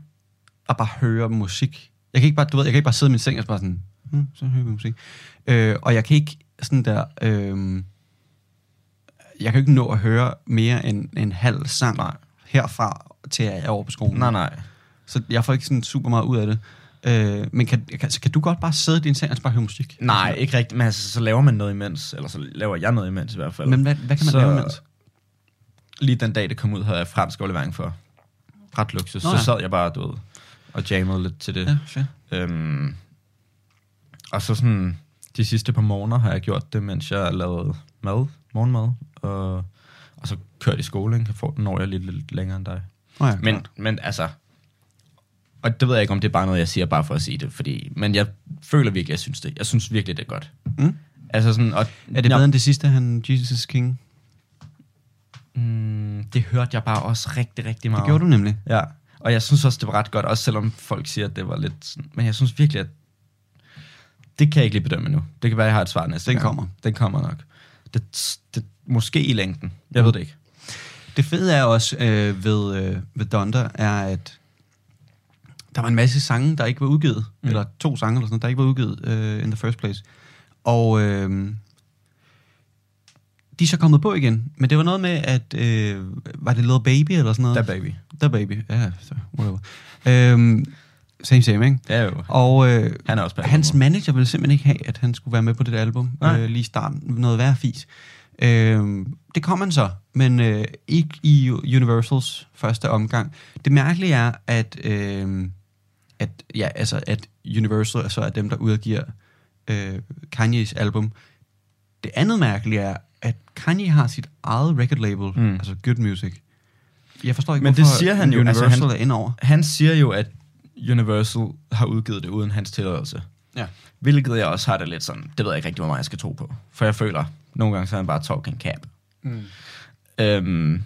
[SPEAKER 7] og bare høre musik. Jeg kan ikke bare, du ved, jeg kan ikke bare sidde i min seng og så bare sådan, hmm, så hører vi musik. Øh, og jeg kan ikke sådan der, øh, jeg kan ikke nå at høre mere end en halv sang Nej. herfra til at jeg er over på skolen.
[SPEAKER 6] Nej, nej.
[SPEAKER 7] Så jeg får ikke sådan super meget ud af det. Øh, men kan, kan, altså, kan du godt bare sidde i din seng og så bare høre musik?
[SPEAKER 6] Nej, ikke rigtigt, men altså, så laver man noget imens, eller så laver jeg noget imens i hvert fald.
[SPEAKER 7] Men hvad, hvad kan man
[SPEAKER 6] Så-
[SPEAKER 7] så... lave imens?
[SPEAKER 6] lige den dag, det kom ud, havde jeg fransk overlevering for ret luksus.
[SPEAKER 7] Nå
[SPEAKER 6] så
[SPEAKER 7] ja.
[SPEAKER 6] sad jeg bare, du ved, og jammede lidt til det.
[SPEAKER 7] Ja, fair.
[SPEAKER 6] Øhm, og så sådan, de sidste par måneder har jeg gjort det, mens jeg lavede mad, morgenmad, og, og så kørte i skole, ikke? For, når jeg lidt, lidt længere end dig.
[SPEAKER 7] Nå ja,
[SPEAKER 6] Men,
[SPEAKER 7] klart.
[SPEAKER 6] men altså, og det ved jeg ikke, om det er bare noget, jeg siger bare for at sige det, fordi, men jeg føler virkelig, jeg synes det. Jeg synes virkelig, det er godt.
[SPEAKER 7] Mm.
[SPEAKER 6] Altså sådan, og,
[SPEAKER 7] Er det bedre end det sidste, han Jesus is King? Det
[SPEAKER 6] Mm, det hørte jeg bare også rigtig, rigtig meget.
[SPEAKER 7] gjorde du nemlig.
[SPEAKER 6] Ja, og jeg synes også, det var ret godt, også selvom folk siger, at det var lidt... sådan- Men jeg synes virkelig, at... Det kan jeg ikke lige bedømme nu. Det kan være, at jeg har et svar næste
[SPEAKER 7] Den
[SPEAKER 6] gang.
[SPEAKER 7] kommer.
[SPEAKER 6] Den kommer nok. Det, det, måske i længden. Jeg ved det ikke.
[SPEAKER 7] Det fede er også øh, ved, øh, ved Donder, er at der var en masse sange, der ikke var udgivet. Mm. Eller to sange, eller sådan noget, der ikke var udgivet øh, in the first place. Og øh, de er så kommet på igen. Men det var noget med, at øh, var det Little Baby eller sådan noget?
[SPEAKER 6] Da baby.
[SPEAKER 7] The Baby, ja, så whatever. Øhm, same, same, ikke?
[SPEAKER 6] Ja jo.
[SPEAKER 7] Og øh,
[SPEAKER 6] Han er også bag
[SPEAKER 7] hans
[SPEAKER 6] nummer.
[SPEAKER 7] manager ville simpelthen ikke have, at han skulle være med på det der album.
[SPEAKER 6] Nej.
[SPEAKER 7] Øh, lige i starten. Noget værre fis. Øh, det kom han så, men øh, ikke i Universals første omgang. Det mærkelige er, at, øh, at, ja, altså, at Universal så er dem, der udgiver øh, Kanye's album. Det andet mærkelige er, at Kanye har sit eget record label,
[SPEAKER 6] Mm.
[SPEAKER 7] mm. altså Good Music. Jeg forstår ikke,
[SPEAKER 6] Men det
[SPEAKER 7] hvorfor
[SPEAKER 6] siger han jo, altså,
[SPEAKER 7] Universal
[SPEAKER 6] han-
[SPEAKER 7] er indover.
[SPEAKER 6] Han siger jo, at Universal har udgivet det uden hans tilladelse.
[SPEAKER 7] Ja.
[SPEAKER 6] Hvilket jeg også har det lidt sådan, det ved jeg ikke rigtig, hvor meget jeg skal tro på. For jeg føler, nogle gange så er han bare talking cap. Mm. Øhm,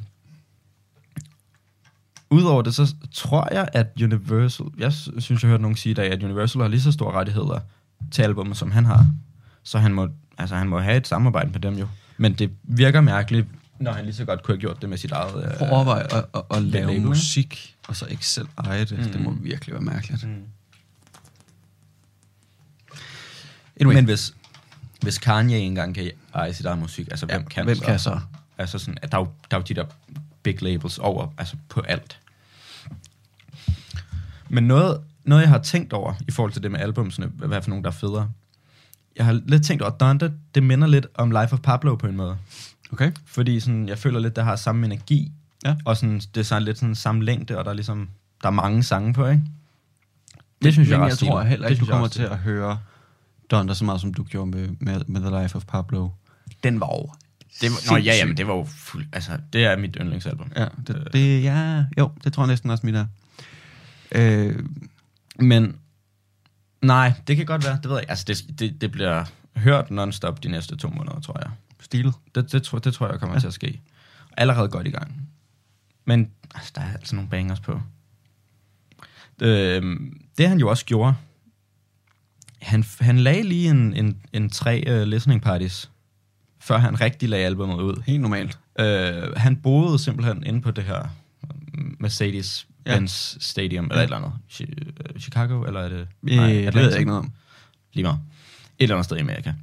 [SPEAKER 6] Udover det, så tror jeg, at Universal... Jeg s- synes, jeg hørte nogen sige i dag, at Universal har lige så store rettigheder til albumet, som han har. Så han må, altså, han må have et samarbejde med dem jo. Men det virker mærkeligt, når han lige så godt kunne have gjort det med sit eget... øh,
[SPEAKER 7] Prøv at overveje at, at, at lave
[SPEAKER 6] label, ikke?
[SPEAKER 7] musik, og så ikke selv eje det. Mm. Det må virkelig være mærkeligt. Mm.
[SPEAKER 6] Anyway. Men hvis, hvis Kanye ikke engang kan eje sit eget musik, altså ja, hvem kan
[SPEAKER 7] hvem
[SPEAKER 6] så?
[SPEAKER 7] kan så?
[SPEAKER 6] Altså sådan, at der, er jo, der er jo de der big labels over, altså på alt. Men noget, noget jeg har tænkt over, i forhold til det med albumsene, hvad hvad for nogle, der er federe. Jeg har lidt tænkt over, at Donda, det minder lidt om Life of Pablo på en måde.
[SPEAKER 7] Okay.
[SPEAKER 6] Fordi sådan, jeg føler lidt, der har samme energi,
[SPEAKER 7] Ja.
[SPEAKER 6] og sådan, det er sådan lidt sådan samme længde, og der er ligesom, der er mange sange på, ikke? Det synes jeg
[SPEAKER 7] Men
[SPEAKER 6] er
[SPEAKER 7] jeg
[SPEAKER 6] ret
[SPEAKER 7] tror
[SPEAKER 6] stilet.
[SPEAKER 7] heller
[SPEAKER 6] Det
[SPEAKER 7] ikke, du
[SPEAKER 6] synes jeg er
[SPEAKER 7] kommer
[SPEAKER 6] ret
[SPEAKER 7] til at høre Donda så meget, som du gjorde med, med, med The Life of Pablo.
[SPEAKER 6] Den var over. Det var, nå ja, jamen, det var jo fuld, altså, det er mit yndlingsalbum. Øh.
[SPEAKER 7] Ja, det, det, ja, jo, det tror jeg næsten også, mit er. Øh,
[SPEAKER 6] Men, nej, det kan godt være, det ved jeg. Altså, det, det, det bliver hørt non-stop de næste to måneder, tror jeg.
[SPEAKER 7] stilet.
[SPEAKER 6] Det, det, tror, det tror jeg kommer ja. til at ske. Allerede godt i gang. Men, altså, der er altså nogle bangers på. Øh, det han jo også gjorde, han, han lagde lige en, en, en tre uh, listening parties, før han rigtig lagde albumet ud.
[SPEAKER 7] Helt normalt.
[SPEAKER 6] Øh, han boede simpelthen inde på det her øh, Mercedes-Benz ja. Stadium, eller et eller andet. Chi- øh, Chicago, eller er det...
[SPEAKER 7] Øh, det ved
[SPEAKER 6] Atlanta.
[SPEAKER 7] jeg ikke noget om.
[SPEAKER 6] Lige meget. Et eller andet sted i Amerika.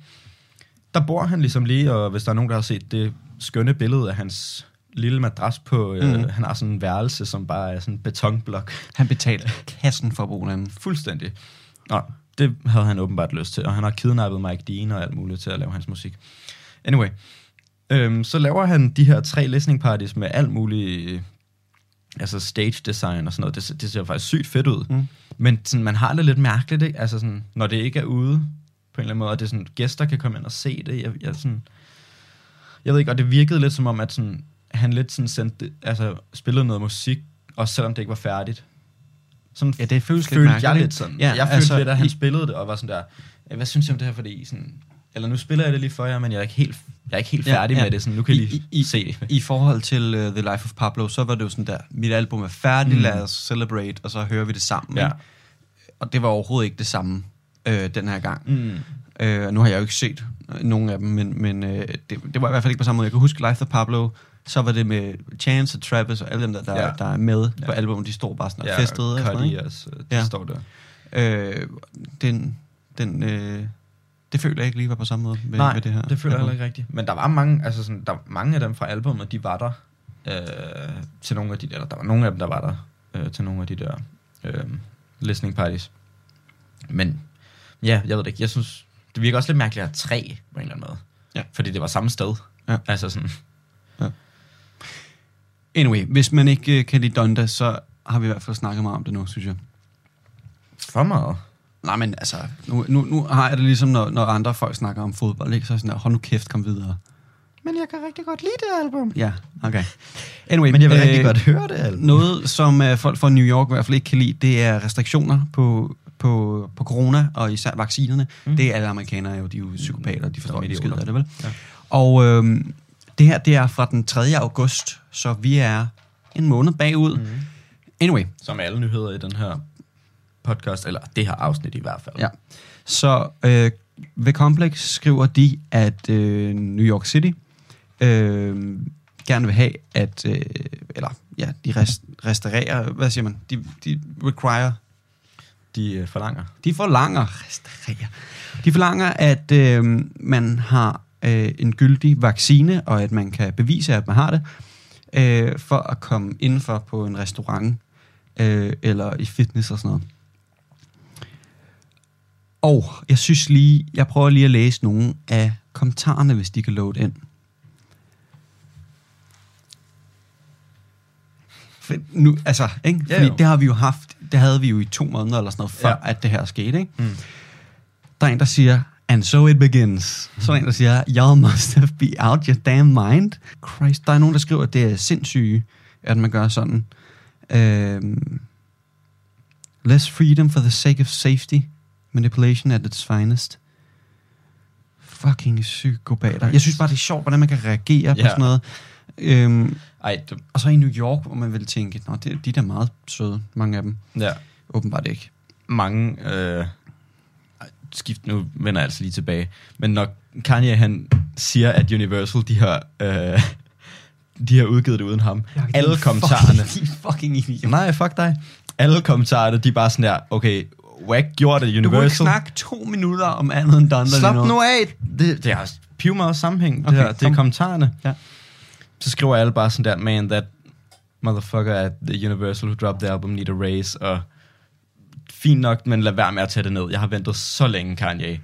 [SPEAKER 6] Der bor han ligesom lige, og hvis der er nogen, der har set det skønne billede af hans lille madras på... Øh, mm. Han har sådan en værelse, som bare er sådan en betonblok.
[SPEAKER 7] Mhm. Han betalte kassen for at bo derinde.
[SPEAKER 6] Fuldstændig. Nå, det havde han åbenbart lyst til, og han har kidnappet Mike Dean og alt muligt til at lave hans musik. Anyway, øhm, så laver han de her tre listening parties med alt muligt, øh, altså stage design og sådan noget. Det, ser- det ser faktisk sygt fedt ud. Mm. Men sådan, man har det lidt mærkeligt, ikke? Altså sådan, når det ikke er ude på en eller anden måde, og det er sådan, gæster kan komme ind og se det. Jeg, jeg, sådan, jeg ved ikke, og det virkede lidt som om, at sådan, han lidt sådan sendte, det- altså, spillede noget musik, også selvom det ikke var færdigt. Sådan
[SPEAKER 7] Ja, det føles lidt
[SPEAKER 6] følte
[SPEAKER 7] mærkeligt,
[SPEAKER 6] jeg
[SPEAKER 7] ikke?
[SPEAKER 6] lidt sådan.
[SPEAKER 7] Ja,
[SPEAKER 6] Ja, jeg følte
[SPEAKER 7] altså,
[SPEAKER 6] lidt, at han
[SPEAKER 7] i-
[SPEAKER 6] spillede det, og var sådan der, "Øh, hvad synes jeg om det her, fordi sådan, eller nu spiller jeg det lige for jer, men jeg er ikke helt, jeg er ikke helt færdig med det, sådan, nu kan I, lige I, se det.
[SPEAKER 7] I forhold til uh, The Life of Pablo, så var det jo sådan der, mit album er færdigt, mm. lad os celebrate, og så hører vi det sammen.
[SPEAKER 6] [laughs] Ja.
[SPEAKER 7] ikke? Og det var overhovedet ikke det samme øh, den her gang.
[SPEAKER 6] Mm.
[SPEAKER 7] Øh, nu har jeg jo ikke set øh, nogen af dem, men, men øh, det, det var i hvert fald ikke på samme måde. Jeg kan huske Life of Pablo, så var det med Chance og Travis og alle dem, der, der,
[SPEAKER 6] Ja.
[SPEAKER 7] ja. der er med ja. på albumet. De står bare sådan og ja, festede. Og sådan, noget,
[SPEAKER 6] Cuddy
[SPEAKER 7] ikke?
[SPEAKER 6] også, det
[SPEAKER 7] Ja.
[SPEAKER 6] står der.
[SPEAKER 7] Øh, den, den, øh, det føler jeg ikke lige var på samme måde med,
[SPEAKER 6] Nej,
[SPEAKER 7] med det her.
[SPEAKER 6] det føler jeg
[SPEAKER 7] album.
[SPEAKER 6] heller ikke rigtigt. Men der var mange, altså sådan, der, mange af dem fra albumet, de var der øh, til nogle af de der, der var nogle af dem, der var der øh, til nogle af de der øh, listening parties. Men ja, jeg ved det ikke. Jeg synes, det virker også lidt mærkeligt at have tre på en eller anden måde.
[SPEAKER 7] Ja.
[SPEAKER 6] Fordi det var samme sted.
[SPEAKER 7] Ja.
[SPEAKER 6] Altså sådan,
[SPEAKER 7] Anyway, hvis man ikke øh, kan lide Donda, så har vi i hvert fald snakket meget om det nu, synes jeg.
[SPEAKER 6] for meget.
[SPEAKER 7] Nej, men altså, nu, nu, nu har jeg det ligesom, når, når andre folk snakker om fodbold, ikke? så er jeg sådan der, hold nu kæft, kom videre. Men jeg kan rigtig godt lide det album. Ja, okay. Anyway,
[SPEAKER 6] Men jeg vil øh, rigtig godt høre det. Eller?
[SPEAKER 7] Noget, som øh, folk fra New York i hvert fald ikke kan lide, det er restriktioner på, på, på corona, og især vaccinerne. Mm. Det er alle amerikanere jo, de er jo psykopater, de forstår ikke skidt af det, vel? Ja. Og øh, det her, det er fra den 3. august, så vi er en måned bagud. Mm. Anyway,
[SPEAKER 6] Som alle nyheder i den her podcast, eller det her afsnit i hvert fald.
[SPEAKER 7] Ja. Så øh, ved Complex skriver de, at øh, New York City øh, gerne vil have, at... Øh, eller, ja, de rest, restaurerer... Hvad siger man? De, de require...
[SPEAKER 6] De øh, forlanger.
[SPEAKER 7] De forlanger... Restaurerer. De forlanger, at øh, man har øh, en gyldig vaccine, og at man kan bevise, at man har det, øh, for at komme indenfor på en restaurant, øh, eller i fitness og sådan noget. Og jeg synes lige, jeg prøver lige at læse nogle af kommentarerne, hvis de kan load ind. For Nu, altså, ikke?
[SPEAKER 6] Ja,
[SPEAKER 7] Fordi
[SPEAKER 6] jo.
[SPEAKER 7] det har vi jo haft, det havde vi jo i to måneder eller sådan noget, før
[SPEAKER 6] Ja.
[SPEAKER 7] ja. at det her skete, ikke? Mm. Der er en, der siger, and so it begins. Så er der en, der siger, y'all must have been out your damn mind. Christ, der er nogen, der skriver, at det er sindssyge, at man gør sådan. Øhm, less freedom for the sake of safety. Manipulation at its finest. Fucking psykopater. Jeg synes bare, det er sjovt, hvordan man kan reagere yeah. på
[SPEAKER 6] Ja.
[SPEAKER 7] sådan noget. Øhm,
[SPEAKER 6] Ej, det,
[SPEAKER 7] og så i New York, hvor man ville tænke, nå, det, de er da meget søde, mange af dem.
[SPEAKER 6] ja.
[SPEAKER 7] Åbenbart ikke.
[SPEAKER 6] mange øh, ej, skift, nu vender jeg altså lige tilbage, men når Kanye han siger, at Universal, de har, øh, de har udgivet det uden ham,
[SPEAKER 7] Ja, de er
[SPEAKER 6] alle
[SPEAKER 7] fucking-
[SPEAKER 6] kommentarerne,
[SPEAKER 7] de er fucking idioter.
[SPEAKER 6] nej, fuck dig, alle kommentarerne, de er bare sådan der, okay, whack, gjorde det,
[SPEAKER 7] Du må ikke
[SPEAKER 6] Universal,
[SPEAKER 7] snakke to minutter om andet end Donda
[SPEAKER 6] slap
[SPEAKER 7] lige
[SPEAKER 6] nu af, det, det er piv meget sammenhæng, okay,
[SPEAKER 7] Okay,
[SPEAKER 6] det, her, det er
[SPEAKER 7] kom.
[SPEAKER 6] kommentarerne,
[SPEAKER 7] Ja.
[SPEAKER 6] så skriver alle bare sådan der, man, that motherfucker at the Universal who dropped the album need a raise, og fint nok, men lad være med at tage det ned. Jeg har ventet så længe, Kanye.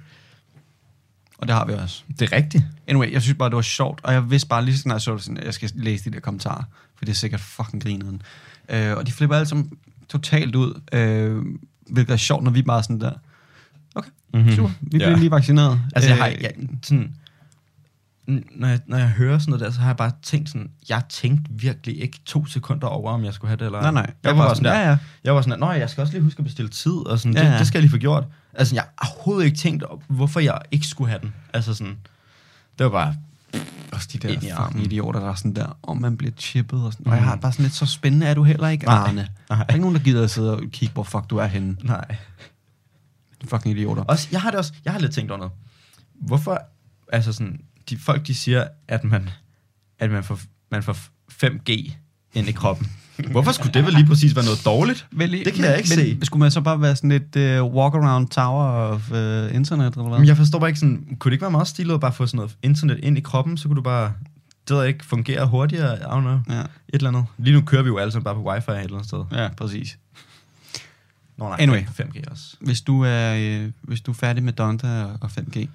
[SPEAKER 7] Og det har vi også.
[SPEAKER 6] Det er rigtigt.
[SPEAKER 7] Anyway, jeg synes bare, det var sjovt, og jeg vidste bare lige så snart, jeg så det sådan, at jeg skal læse de der kommentarer, for det er sikkert fucking grineren. Øh, og de flipper alle sammen totalt ud, øh, hvilket er sjovt, når vi bare er sådan der, okay,
[SPEAKER 6] Mhm.
[SPEAKER 7] mm-hmm. super, vi bliver
[SPEAKER 6] Ja.
[SPEAKER 7] lige vaccineret.
[SPEAKER 6] Altså, jeg har,
[SPEAKER 7] Øh,
[SPEAKER 6] jeg, sådan, n- når, jeg, når jeg hører sådan noget der, så har jeg bare tænkt sådan, jeg tænkte virkelig ikke to sekunder over, om jeg skulle have det eller
[SPEAKER 7] Nej, nej.
[SPEAKER 6] Jeg,
[SPEAKER 7] Jeg
[SPEAKER 6] var
[SPEAKER 7] var
[SPEAKER 6] bare sådan
[SPEAKER 7] sådan,
[SPEAKER 6] der,
[SPEAKER 7] ja, ja.
[SPEAKER 6] jeg var sådan der, nå, jeg skal også lige huske at bestille tid, og sådan, ja,
[SPEAKER 7] Ja,
[SPEAKER 6] det,
[SPEAKER 7] ja.
[SPEAKER 6] det, skal jeg lige få gjort. Altså, jeg har overhovedet ikke tænkt, op, hvorfor jeg ikke skulle have den. Altså sådan, det var bare,
[SPEAKER 7] Også de der
[SPEAKER 6] Ind i armen.
[SPEAKER 7] fucking idioter, der er sådan der, om man bliver chippet og sådan. Og jeg har det bare sådan lidt, så spændende er du heller ikke, Arne.
[SPEAKER 6] nej.
[SPEAKER 7] Der er ikke nogen, der gider at sidde og kigge, hvor fuck du er henne.
[SPEAKER 6] nej.
[SPEAKER 7] Fucking idioter.
[SPEAKER 6] Også, jeg har det også, jeg har lidt tænkt over noget. Hvorfor, altså sådan, de folk de siger, at man, at man får, man får 5G ind i kroppen. Hvorfor skulle det vel lige præcis være noget dårligt?
[SPEAKER 7] Vel,
[SPEAKER 6] Det kan jeg ikke se.
[SPEAKER 7] Skulle man så bare være sådan et uh, walk-around tower of uh, internet, eller hvad?
[SPEAKER 6] Men jeg forstår bare ikke sådan, kunne det ikke være meget stilet at bare få sådan noget internet ind i kroppen, så kunne du bare, det ved jeg ikke, fungere hurtigere, I don't know,
[SPEAKER 7] Ja.
[SPEAKER 6] et eller andet. Lige nu kører vi jo alle sammen bare på wifi et eller andet sted.
[SPEAKER 7] ja, præcis.
[SPEAKER 6] Nå nej,
[SPEAKER 7] Anyway.
[SPEAKER 6] 5G også.
[SPEAKER 7] Hvis du er, øh, hvis du er færdig med Donda og- og 5G,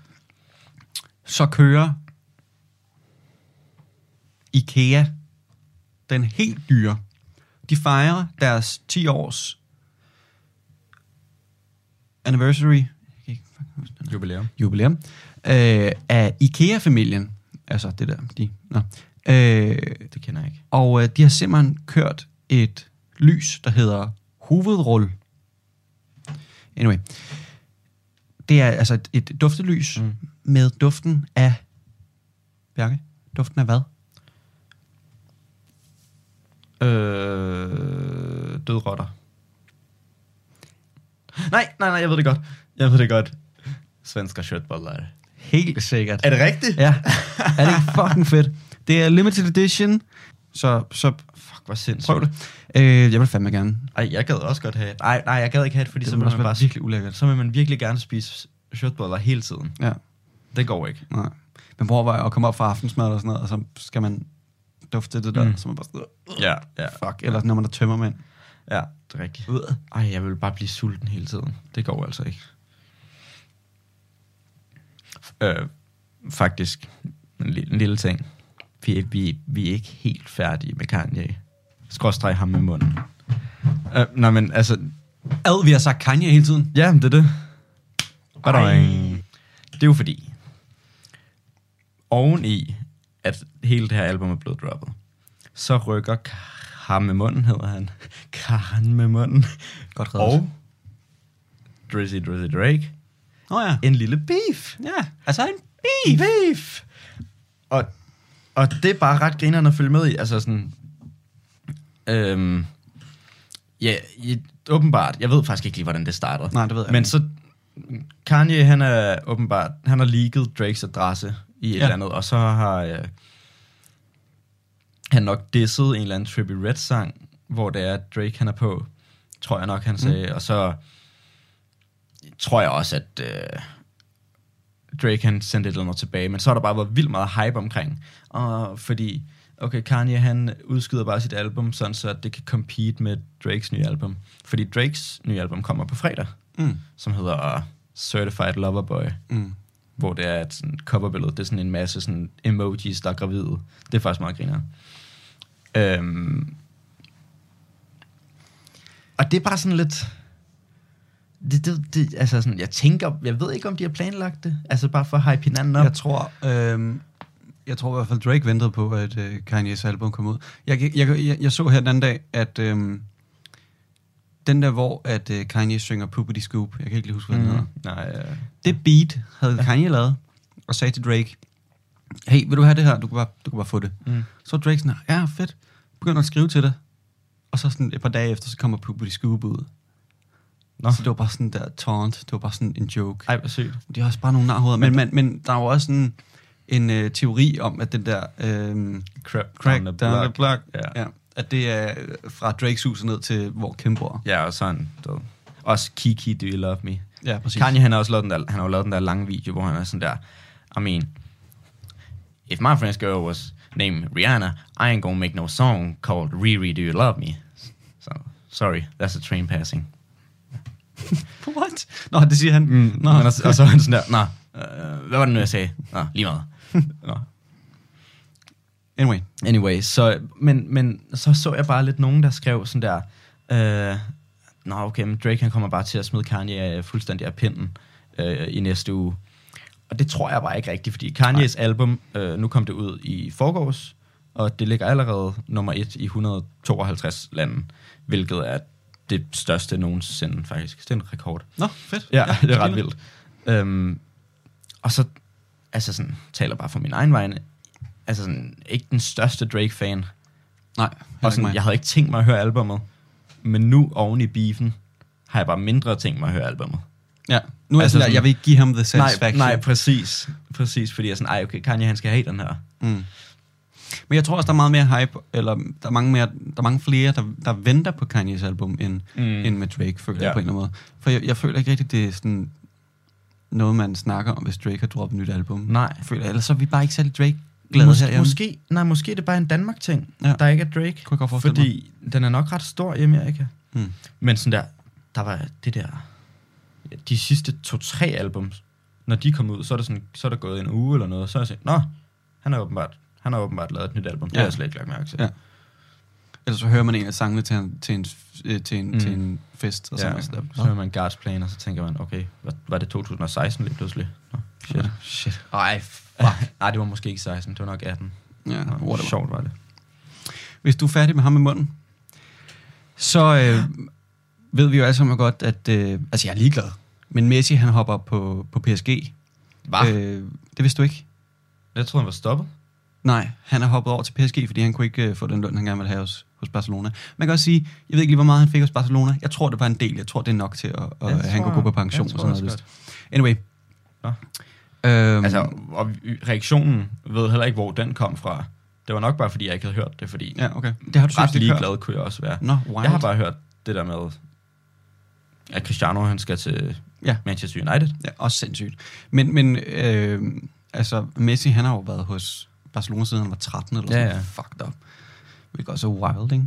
[SPEAKER 7] så kører IKEA den helt dyre. De fejrer deres 10 års anniversary. Jeg kan ikke fucking huske den her.
[SPEAKER 6] Jubilæum.
[SPEAKER 7] jubilæum, øh, af IKEA-familien. Altså det der, de... Nå. Øh,
[SPEAKER 6] Det kender jeg ikke.
[SPEAKER 7] og øh, de har simpelthen kørt et lys, der hedder hovedrulle. Anyway. Det er altså et, et duftelys mm. med duften af... Bjarke, duften af hvad?
[SPEAKER 6] Øh, døde rotter. Nej, nej, nej, jeg ved det godt. Jeg ved det godt. Svensker shirtboller.
[SPEAKER 7] Helt sikkert.
[SPEAKER 6] Er det rigtigt?
[SPEAKER 7] Ja. er det ikke fucking fedt? Det er limited edition, så, så
[SPEAKER 6] Fuck, hvor sindssygt.
[SPEAKER 7] prøv det. Øh, jeg vil fandme gerne.
[SPEAKER 6] Ej, jeg gad også godt have et. Ej, nej, jeg gad ikke have et, fordi
[SPEAKER 7] Det
[SPEAKER 6] så
[SPEAKER 7] ville
[SPEAKER 6] vil
[SPEAKER 7] også
[SPEAKER 6] man
[SPEAKER 7] være
[SPEAKER 6] bare...
[SPEAKER 7] virkelig ulækkert.
[SPEAKER 6] Så vil man virkelig gerne spise shirtboller hele tiden.
[SPEAKER 7] Ja.
[SPEAKER 6] Det går ikke.
[SPEAKER 7] Nej. Men prøv at overveje at komme op fra aftensmad og sådan noget, og så skal man dufte det der,
[SPEAKER 6] Mm.
[SPEAKER 7] mm. så man bare sådan,
[SPEAKER 6] Ja, ja.
[SPEAKER 7] fuck, eller når man er tømmermænd.
[SPEAKER 6] Ja, det er rigtigt. Ej, jeg vil bare blive sulten hele tiden. Det går altså ikke. Øh, faktisk en lille, en lille ting. Vi, vi, vi er ikke helt færdige med Kanye. Skråstreg ham med munden. Øh, nej, men altså...
[SPEAKER 7] Ad, vi har sagt Kanye hele tiden.
[SPEAKER 6] Ja, det er det. Badang. Det er jo fordi... Oveni, at hele det her album er blevet droppet, så rykker ham med munden, hedder han. Karen med munden.
[SPEAKER 7] Godt reddet.
[SPEAKER 6] Og Drizzy Drizzy Drake
[SPEAKER 7] Nå ja.
[SPEAKER 6] en lille beef.
[SPEAKER 7] Ja, altså en
[SPEAKER 6] Beef! Beef! Og, og det er bare ret grinerende at følge med i. Altså sådan... Øhm, ja, i, åbenbart. Jeg ved faktisk ikke lige, hvordan det startede.
[SPEAKER 7] Nej, det ved jeg
[SPEAKER 6] Men
[SPEAKER 7] ikke.
[SPEAKER 6] så... Kanye, han er åbenbart... Han har leaget Drakes adresse i et
[SPEAKER 7] Ja.
[SPEAKER 6] eller andet, og så har... Øh, han nok disset en eller anden Trippie Red-sang, hvor det er, at Drake han er på, tror jeg nok, han sagde. Mm. Og så tror jeg også, at øh, Drake han sendte et eller andet tilbage, men så har der bare været vildt meget hype omkring. Og fordi, okay, Kanye han udskyder bare sit album, sådan så at det kan compete med Drakes nye album. Fordi Drakes nye album kommer på fredag,
[SPEAKER 7] Mm.
[SPEAKER 6] som hedder Certified Lover Boy,
[SPEAKER 7] Mm.
[SPEAKER 6] hvor det er et sådan, coverbillede, det er sådan en masse sådan, emojis, der er gravide. Det er faktisk meget griner. Øhm, og det er bare sådan lidt... Det, det, det, altså sådan, jeg tænker, jeg ved ikke, om de har planlagt det. Altså bare for at hype hinanden op.
[SPEAKER 7] Jeg tror, øhm, jeg tror i hvert fald, Drake ventede på, at øh, Kanye's album kom ud. Jeg, jeg, jeg, jeg så her den anden dag, at øhm, den der, hvor at, øh, Kanye synger Poopity Scoop, jeg kan ikke lige huske, hvad den hedder.
[SPEAKER 6] Nej, øh,
[SPEAKER 7] Det beat havde ja. Kanye lavet, og sagde til Drake, hey, vil du have det her? Du kan bare, du kan bare få det. Mm. Så var Drake sådan, ja, fedt. Begynder at skrive til det. Og så sådan et par dage efter, så kommer Poopity Scoop ud. Nå. Så det var bare sådan der taunt, det var bare sådan en joke.
[SPEAKER 6] ej, hvor sygt.
[SPEAKER 7] Det er også bare nogle narhoveder. Men, men, men der er jo også en, en øh, teori om, at den der øh,
[SPEAKER 6] Crap,
[SPEAKER 7] crack
[SPEAKER 6] down the
[SPEAKER 7] down the
[SPEAKER 6] block.
[SPEAKER 7] block,
[SPEAKER 6] Ja.
[SPEAKER 7] ja, at det er øh, fra Drakes hus og ned til, hvor Kim bor.
[SPEAKER 6] Ja, og sådan. Du. ved. Også Kiki, Do You Love Me.
[SPEAKER 7] Ja, præcis.
[SPEAKER 6] Kanye, han har også lavet den der, han har jo lavet den der lange video, hvor han er sådan der, I mean, if my French girl was named Rihanna, I ain't gonna make no song called Riri, Do You Love Me? So, sorry, that's a train passing.
[SPEAKER 7] What? Nå, det siger han. Mm, Nå,
[SPEAKER 6] Nå. Men, og, og så er han sådan der, nå, øh, hvad var det nu, jeg sagde? Nå, lige
[SPEAKER 7] [laughs]
[SPEAKER 6] meget. Nå.
[SPEAKER 7] anyway.
[SPEAKER 6] Anyway, så, men, men så så jeg bare lidt nogen, der skrev sådan der, øh, nå okay, men Drake han kommer bare til at smide Kanye øh, fuldstændig af pinden øh, i næste uge. Og det tror jeg bare ikke rigtigt, fordi Kanye's Nej. album, øh, nu kom det ud i forgårs, og det ligger allerede nummer et i 152 lande, hvilket er det største nogensinde faktisk. Det er en rekord.
[SPEAKER 7] Nå, fedt.
[SPEAKER 6] Ja, ja det er ret
[SPEAKER 7] spændende.
[SPEAKER 6] vildt. Øhm, og så, altså sådan, taler bare for min egen vegne, altså sådan, ikke den største Drake-fan.
[SPEAKER 7] Nej, heller
[SPEAKER 6] Og
[SPEAKER 7] ikke
[SPEAKER 6] sådan,
[SPEAKER 7] mig.
[SPEAKER 6] jeg havde ikke tænkt mig at høre albummet, men nu oven i beefen, har jeg bare mindre tænkt mig at høre albummet.
[SPEAKER 7] Ja, nu er jeg
[SPEAKER 6] Altså
[SPEAKER 7] sådan, der,
[SPEAKER 6] sådan-
[SPEAKER 7] jeg vil ikke give ham the
[SPEAKER 6] Nej,
[SPEAKER 7] satisfaction.
[SPEAKER 6] nej, præcis. Præcis, fordi jeg er sådan, ej, okay, Kanye, han skal have den her.
[SPEAKER 7] Mm. Men jeg tror også, der er meget mere hype, eller der er mange, mere, der er mange flere, der, der venter på Kanye's album, end, mm. end med Drake, føler ja.
[SPEAKER 6] Ja.
[SPEAKER 7] jeg på en eller anden måde. For jeg, jeg føler ikke rigtigt, det er sådan noget, man snakker om, hvis Drake har droppet et nyt album.
[SPEAKER 6] Nej.
[SPEAKER 7] Jeg føler, ellers så er vi bare ikke særlig Drake-glade
[SPEAKER 6] Mås-
[SPEAKER 7] herhjemme.
[SPEAKER 6] måske, nej, måske er det bare en Danmark-ting,
[SPEAKER 7] Ja.
[SPEAKER 6] ja. der ikke er Drake.
[SPEAKER 7] Kunne jeg godt forestille
[SPEAKER 6] fordi mig. den er nok ret stor i Amerika.
[SPEAKER 7] Mm.
[SPEAKER 6] Men sådan der, der var det der, ja, de sidste to-tre albums, når de kom ud, så er, det sådan, så er der gået en uge eller noget, og så er jeg sådan, nå, han har åbenbart, han har åbenbart lavet et nyt album, ja. det
[SPEAKER 7] Ja.
[SPEAKER 6] har jeg slet ikke lagt mærke til.
[SPEAKER 7] Ja. Ellers så hører man en af sangene til en, til en, øh, til en, mm.
[SPEAKER 6] Mm.
[SPEAKER 7] til en fest, og så ja. er man sådan
[SPEAKER 6] så hører man Guards Plan, og så tænker man, okay, var, var det 2016 lige pludselig? Nå, shit.
[SPEAKER 7] shit.
[SPEAKER 6] Ej, fuck. [laughs] Nej, det var måske ikke 16, det var nok 18.
[SPEAKER 7] Ja,
[SPEAKER 6] Nå,
[SPEAKER 7] whatever.
[SPEAKER 6] Sjovt var det.
[SPEAKER 7] Hvis du er færdig med ham i munden, så øh, ved vi jo alle sammen godt, at... Øh, altså, jeg er ligeglad. Men Messi, han hopper på, på PSG.
[SPEAKER 6] Var? Øh.
[SPEAKER 7] Øh, det vidste du ikke?
[SPEAKER 6] Jeg troede, han var stoppet.
[SPEAKER 7] Nej, han er hoppet over til PSG, fordi han kunne ikke øh, få den løn, han gerne ville have hos, hos Barcelona. Man kan også sige, jeg ved ikke lige, hvor meget han fik hos Barcelona. Jeg tror, det var en del. Jeg tror, det er nok til, at, at
[SPEAKER 6] Jeg
[SPEAKER 7] han
[SPEAKER 6] tror-
[SPEAKER 7] kunne gå på pension.
[SPEAKER 6] jeg
[SPEAKER 7] og
[SPEAKER 6] tror
[SPEAKER 7] sådan noget.
[SPEAKER 6] også
[SPEAKER 7] Anyway.
[SPEAKER 6] Nå.
[SPEAKER 7] Øhm,
[SPEAKER 6] Altså, og reaktionen ved heller ikke, hvor den kom fra. Det var nok bare, fordi jeg ikke havde hørt det, fordi ja,
[SPEAKER 7] ja, okay. Det har du
[SPEAKER 6] ret
[SPEAKER 7] synes,
[SPEAKER 6] ligeglad kunne jeg også være.
[SPEAKER 7] Nå, wild.
[SPEAKER 6] Jeg har bare hørt det der med, at Cristiano han skal til
[SPEAKER 7] Ja.
[SPEAKER 6] ja. Manchester United.
[SPEAKER 7] Ja, også sindssygt. Men, men øh, altså, Messi, han har jo været hos Barcelona, siden han var 13 eller
[SPEAKER 6] Ja,
[SPEAKER 7] sådan
[SPEAKER 6] ja.
[SPEAKER 7] Fucked up. Hvilket også er wild, ikke?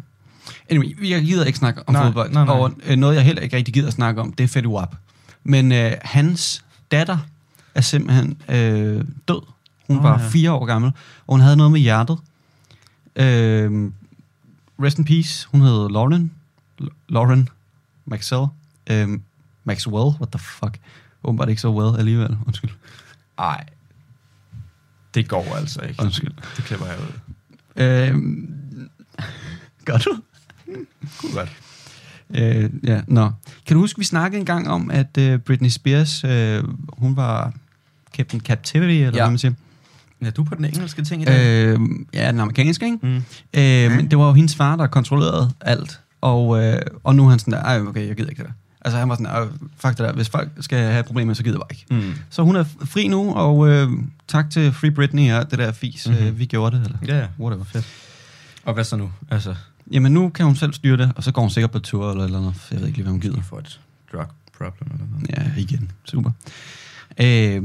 [SPEAKER 7] Anyway, jeg gider ikke snakke om
[SPEAKER 6] Nej,
[SPEAKER 7] fodbold.
[SPEAKER 6] nej, nej.
[SPEAKER 7] Og øh, noget, jeg heller ikke rigtig gider at snakke om, det er Fetty Wap. Men øh, hans datter er simpelthen øh, død. Hun
[SPEAKER 6] Nå,
[SPEAKER 7] oh, var
[SPEAKER 6] ja.
[SPEAKER 7] ja. fire år gammel, og hun havde noget med hjertet. Øh, rest in peace. Hun hed Lauren. L- Lauren Maxwell. Øh, Maxwell? What the fuck? Åbenbart ikke så well alligevel. Undskyld.
[SPEAKER 6] Nej, det går altså ikke.
[SPEAKER 7] Undskyld.
[SPEAKER 6] Det klipper jeg ud.
[SPEAKER 7] Øh, gør du?
[SPEAKER 6] Kunne godt.
[SPEAKER 7] Øh, ja, nå. Kan du huske, vi snakkede engang om, at øh, Britney Spears, øh, hun var Captain Captivity, eller ja. hvad man siger?
[SPEAKER 6] Ja, du er på den engelske ting i dag.
[SPEAKER 7] Øh, ja, den amerikanske, ikke?
[SPEAKER 6] Mm.
[SPEAKER 7] Øh, men det var jo hendes far, der kontrollerede alt. Og, øh, og nu er han sådan der, ej, okay, jeg gider ikke det der. Altså han var sådan, "Ej, fuck det der, hvis folk skal have problemer, så gider jeg bare ikke.
[SPEAKER 6] Mm.
[SPEAKER 7] Så hun er fri nu, og øh, tak til Free Britney og alt det der fis, mm-hmm. øh, vi gjorde det, eller
[SPEAKER 6] Mhm. Ja, ja.
[SPEAKER 7] whatever. Fedt.
[SPEAKER 6] Og hvad så nu? Altså,
[SPEAKER 7] Jamen nu kan hun selv styre det, og så går hun sikkert på tur eller et eller andet. Jeg ved ikke lige, hvad hun gider.
[SPEAKER 6] du får et drug problem eller noget.
[SPEAKER 7] Ja, igen. Super. Øh,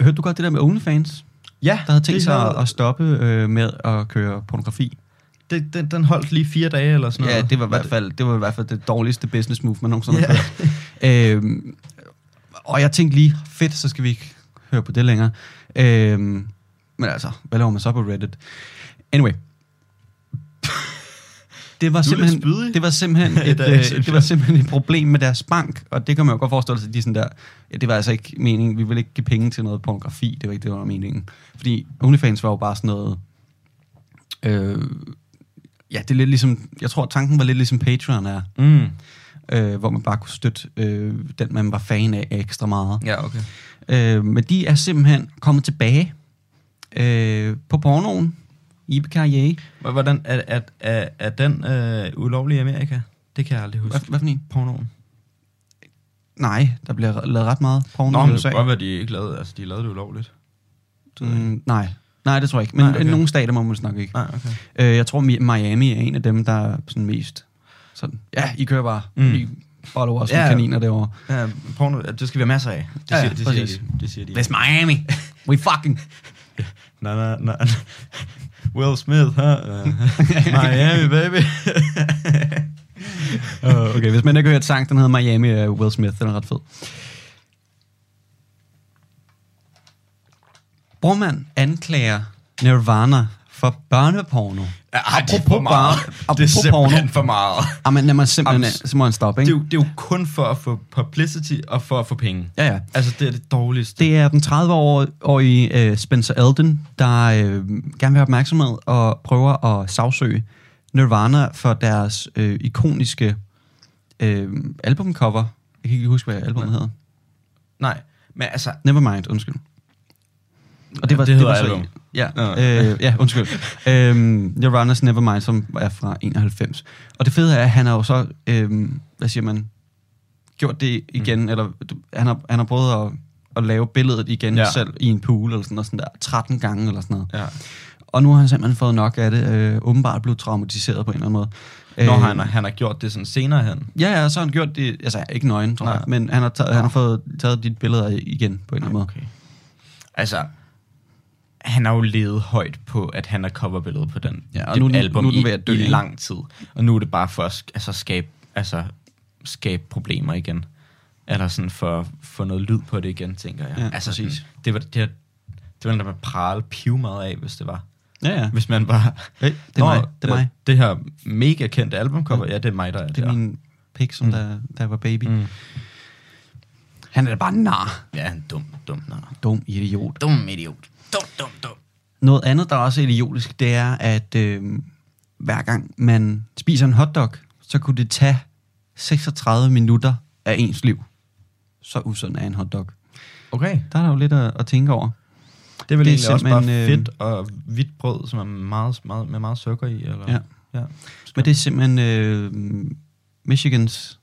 [SPEAKER 7] hørte du godt det der med OnlyFans,
[SPEAKER 6] Ja,
[SPEAKER 7] der havde tænkt
[SPEAKER 6] det
[SPEAKER 7] sig
[SPEAKER 6] havde-
[SPEAKER 7] at, at stoppe øh, med at køre pornografi?
[SPEAKER 6] det, den, den holdt lige fire dage eller sådan
[SPEAKER 7] Ja,
[SPEAKER 6] noget.
[SPEAKER 7] det var, i hvert fald, det var i hvert fald det dårligste business move, man nogensinde har hørt. Øhm, og jeg tænkte lige, fedt, så skal vi ikke høre på det længere. Øhm, men altså, hvad laver man så på Reddit?
[SPEAKER 6] [laughs]
[SPEAKER 7] Anyway. Det var,
[SPEAKER 6] lidt
[SPEAKER 7] simpelthen,
[SPEAKER 6] spydig.
[SPEAKER 7] det var simpelthen et,
[SPEAKER 6] Der
[SPEAKER 7] øh,
[SPEAKER 6] er ikke så
[SPEAKER 7] det var simpelthen et problem med deres bank, og det kan man jo godt forestille sig, at de er sådan der, ja, det var altså ikke meningen, vi vil ikke give penge til noget pornografi, det var ikke det, der var meningen. Fordi OnlyFans var jo bare sådan noget, øh, ja, det er lidt ligesom, jeg tror tanken var lidt ligesom Patreon er,
[SPEAKER 6] Mm.
[SPEAKER 7] øh, hvor man bare kunne støtte øh, den, man var fan af ekstra meget.
[SPEAKER 6] Ja, okay.
[SPEAKER 7] Øh, men de er simpelthen kommet tilbage øh, på pornoen, Ibe Karriere.
[SPEAKER 6] H- Hvordan er, er, er, er den øh, ulovlig i Amerika? Det kan jeg aldrig huske.
[SPEAKER 7] Hvad, hvad for en?
[SPEAKER 6] Pornoen.
[SPEAKER 7] Nej, der bliver lavet ret meget porno
[SPEAKER 6] Nå,
[SPEAKER 7] i
[SPEAKER 6] men det
[SPEAKER 7] USA.
[SPEAKER 6] kan godt være, de ikke lavede, altså, de lavede det ulovligt. Det ved jeg ikke.
[SPEAKER 7] Mm, nej. nej, det tror jeg ikke. Men
[SPEAKER 6] Nej, okay.
[SPEAKER 7] nej, okay. nogle stater må man snakke ikke.
[SPEAKER 6] Nej, okay.
[SPEAKER 7] Øh, jeg tror, Mi- Miami er en af dem, der er sådan mest sådan, ja, I kører bare,
[SPEAKER 6] Mm.
[SPEAKER 7] mm. I follower os
[SPEAKER 6] Ja.
[SPEAKER 7] ja. kaniner derovre.
[SPEAKER 6] Ja, porno, det skal vi have masser af. Det
[SPEAKER 7] Ja,
[SPEAKER 6] siger, det siger,
[SPEAKER 7] præcis.
[SPEAKER 6] de. Det siger de.
[SPEAKER 7] It's Miami. [laughs] We fucking...
[SPEAKER 6] Nej, nej,
[SPEAKER 7] [laughs]
[SPEAKER 6] nej. Will Smith, [laughs] huh? Uh, Miami, baby.
[SPEAKER 7] Uh, okay, hvis man ikke har hørt sang, den hedder Miami af Will Smith. Den er ret fed. Bormann anklager Nirvana for børneporno.
[SPEAKER 6] Ej, det er
[SPEAKER 7] Apropos
[SPEAKER 6] for
[SPEAKER 7] barn.
[SPEAKER 6] meget. Det er
[SPEAKER 7] Apropos
[SPEAKER 6] simpelthen
[SPEAKER 7] porno.
[SPEAKER 6] for meget.
[SPEAKER 7] Jamen, lad mig simpelthen,
[SPEAKER 6] Jamen, s-
[SPEAKER 7] så må han stoppe,
[SPEAKER 6] Det er,
[SPEAKER 7] ikke?
[SPEAKER 6] jo, det er jo kun for at få publicity og for at få penge.
[SPEAKER 7] Ja, ja.
[SPEAKER 6] Altså, det er det dårligste.
[SPEAKER 7] Det er den 30-årige øh, Spencer Elden, der øh, gerne vil have opmærksomhed og prøver at sagsøge Nirvana for deres øh, ikoniske øh, albumcover. Jeg kan ikke lige huske, hvad albumet hedder.
[SPEAKER 6] Nej, men altså...
[SPEAKER 7] Nevermind, undskyld. Og det, var,
[SPEAKER 6] Ja, det hedder
[SPEAKER 7] var så-
[SPEAKER 6] album.
[SPEAKER 7] Ja,
[SPEAKER 6] Nå.
[SPEAKER 7] øh, ja
[SPEAKER 6] [laughs]
[SPEAKER 7] undskyld. øhm, Nirvana's Nevermind, som er fra 91. Og det fede er, at han har jo så, øhm, hvad siger man, gjort det igen, mm. eller du- han har, han har prøvet at, at lave billedet igen
[SPEAKER 6] Ja.
[SPEAKER 7] ja. selv i en pool, eller sådan noget, sådan der, 13 gange, eller sådan noget.
[SPEAKER 6] Ja.
[SPEAKER 7] Og nu har han simpelthen fået nok af det, øh, åbenbart blevet traumatiseret på en eller anden måde.
[SPEAKER 6] Når
[SPEAKER 7] Øh,
[SPEAKER 6] han, han har gjort det sådan senere hen.
[SPEAKER 7] Ja, ja, så har han gjort det, altså ikke nøgen, tror
[SPEAKER 6] Nej.
[SPEAKER 7] jeg, men han har, taget, han har fået taget dit billeder igen på en eller anden måde.
[SPEAKER 6] Altså, han har jo levet højt på, at han har coverbilledet på den,
[SPEAKER 7] Ja, og
[SPEAKER 6] det
[SPEAKER 7] nu er den-
[SPEAKER 6] album
[SPEAKER 7] nu er den
[SPEAKER 6] i,
[SPEAKER 7] ved at dø,
[SPEAKER 6] i
[SPEAKER 7] ikke?
[SPEAKER 6] lang tid. Og nu er det bare for at sk- altså, skabe, altså, skabe problemer igen. Eller sådan for at få noget lyd på det igen, tænker jeg.
[SPEAKER 7] Ja,
[SPEAKER 6] altså,
[SPEAKER 7] præcis.
[SPEAKER 6] Sådan, det var det, var- det var den, der man prale piv meget af, hvis det var.
[SPEAKER 7] Ja, ja.
[SPEAKER 6] Hvis man bare...
[SPEAKER 7] Hey, det er mig, det er mig.
[SPEAKER 6] Det her mega kendte albumcover, ja, det er mig, der er
[SPEAKER 7] Det er
[SPEAKER 6] der.
[SPEAKER 7] min pik, som mm. der, der var baby.
[SPEAKER 6] Mm.
[SPEAKER 7] Mm. Han er da bare en nar.
[SPEAKER 6] Ja, han er dum, dum, nar.
[SPEAKER 7] Dum idiot.
[SPEAKER 6] Dum idiot. Dum, dum, dum.
[SPEAKER 7] Noget andet, der også er idiotisk, det er, at øh, hver gang man spiser en hotdog, så kunne det tage 36 minutter af ens liv. Så usund er en hotdog.
[SPEAKER 6] Okay.
[SPEAKER 7] Der er der jo lidt at, at tænke over.
[SPEAKER 6] Det er vel
[SPEAKER 7] Det er
[SPEAKER 6] egentlig også bare
[SPEAKER 7] simpelthen, øh,
[SPEAKER 6] øh... fedt og hvidt brød, som er meget, meget, med meget sukker i. Eller?
[SPEAKER 7] Ja.
[SPEAKER 6] ja.
[SPEAKER 7] Men det er simpelthen øh, Michigans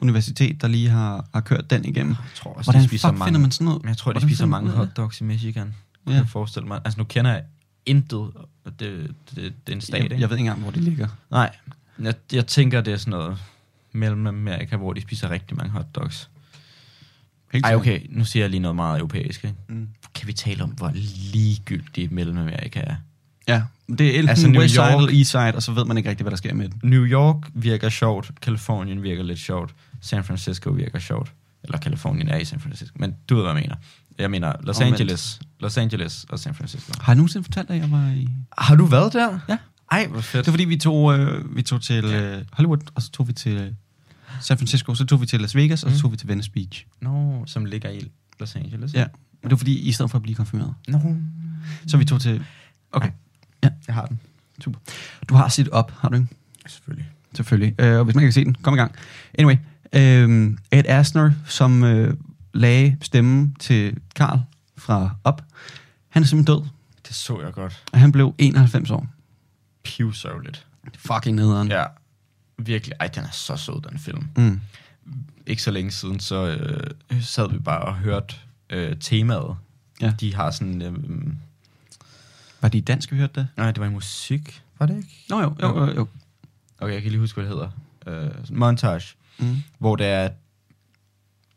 [SPEAKER 7] universitet, der lige har, har kørt den igennem.
[SPEAKER 6] Jeg tror også,
[SPEAKER 7] Hvordan
[SPEAKER 6] de spiser
[SPEAKER 7] fuck
[SPEAKER 6] mange,
[SPEAKER 7] finder man sådan noget?
[SPEAKER 6] Men jeg tror, de
[SPEAKER 7] Hvordan
[SPEAKER 6] spiser
[SPEAKER 7] finder man
[SPEAKER 6] mange
[SPEAKER 7] ud af det?
[SPEAKER 6] hotdogs i Michigan. Ja.
[SPEAKER 7] Ja.
[SPEAKER 6] Kan jeg forestille mig. Altså, nu kender jeg intet. og Det, det, det, det er en stat,
[SPEAKER 7] Jeg,
[SPEAKER 6] ikke?
[SPEAKER 7] jeg ved ikke engang, hvor det ligger.
[SPEAKER 6] Nej. Jeg, jeg tænker, det er sådan noget mellem Amerika, hvor de spiser rigtig mange hotdogs.
[SPEAKER 7] Helt
[SPEAKER 6] Ej,
[SPEAKER 7] sikkert.
[SPEAKER 6] okay. Nu siger jeg lige noget meget europæisk, ikke?
[SPEAKER 7] Mm.
[SPEAKER 6] Kan vi tale om, hvor ligegyldigt mellem Amerika er?
[SPEAKER 7] Ja, det er enten
[SPEAKER 6] Altså,
[SPEAKER 7] altså
[SPEAKER 6] New
[SPEAKER 7] West Side
[SPEAKER 6] York-
[SPEAKER 7] eller East Side, og så ved man ikke rigtigt, hvad der sker med den.
[SPEAKER 6] New York virker sjovt, Kalifornien virker lidt sjovt, San Francisco virker sjovt, eller Kalifornien er i San Francisco, men du ved, hvad jeg mener. Jeg mener Los
[SPEAKER 7] Omvendt.
[SPEAKER 6] Angeles, Los Angeles og San Francisco.
[SPEAKER 7] Har jeg nogensinde fortalt, at jeg var i...
[SPEAKER 6] Har du været der?
[SPEAKER 7] Ja.
[SPEAKER 6] Ej, hvor fedt.
[SPEAKER 7] Det var fordi, vi tog, øh, vi tog til øh, Hollywood, og så tog vi til øh, San Francisco, så tog vi til Las Vegas, og så tog vi til Venice Beach.
[SPEAKER 6] Nå, som ligger i Los Angeles.
[SPEAKER 7] Ja. Men det var fordi, i stedet for at blive konfirmeret.
[SPEAKER 6] Nå,
[SPEAKER 7] Så vi tog til... Okay,
[SPEAKER 6] jeg har den.
[SPEAKER 7] super. Du har sit op, har du ikke?
[SPEAKER 6] Selvfølgelig.
[SPEAKER 7] Selvfølgelig. Øh, og hvis man ikke kan se den, kom i gang. Anyway, øh, Ed Asner, som øh, lagde stemmen til Karl fra Op, han er simpelthen død,
[SPEAKER 6] Det så jeg godt.
[SPEAKER 7] og han blev 91 år.
[SPEAKER 6] Pivsørgeligt.
[SPEAKER 7] Fucking nederen.
[SPEAKER 6] Ja. Virkelig. Ej, den er så sød, den film.
[SPEAKER 7] Mm.
[SPEAKER 6] Ikke så længe siden, så øh, sad vi bare og hørte øh, temaet.
[SPEAKER 7] Ja.
[SPEAKER 6] De har sådan... Øh,
[SPEAKER 7] Var det i dansk, vi hørte det?
[SPEAKER 6] nej, det var i musik. Var det ikke?
[SPEAKER 7] Nå jo, jo, jo. jo.
[SPEAKER 6] Okay, jeg kan lige huske, hvad det hedder. Øh, sådan montage.
[SPEAKER 7] Mm.
[SPEAKER 6] Hvor det er,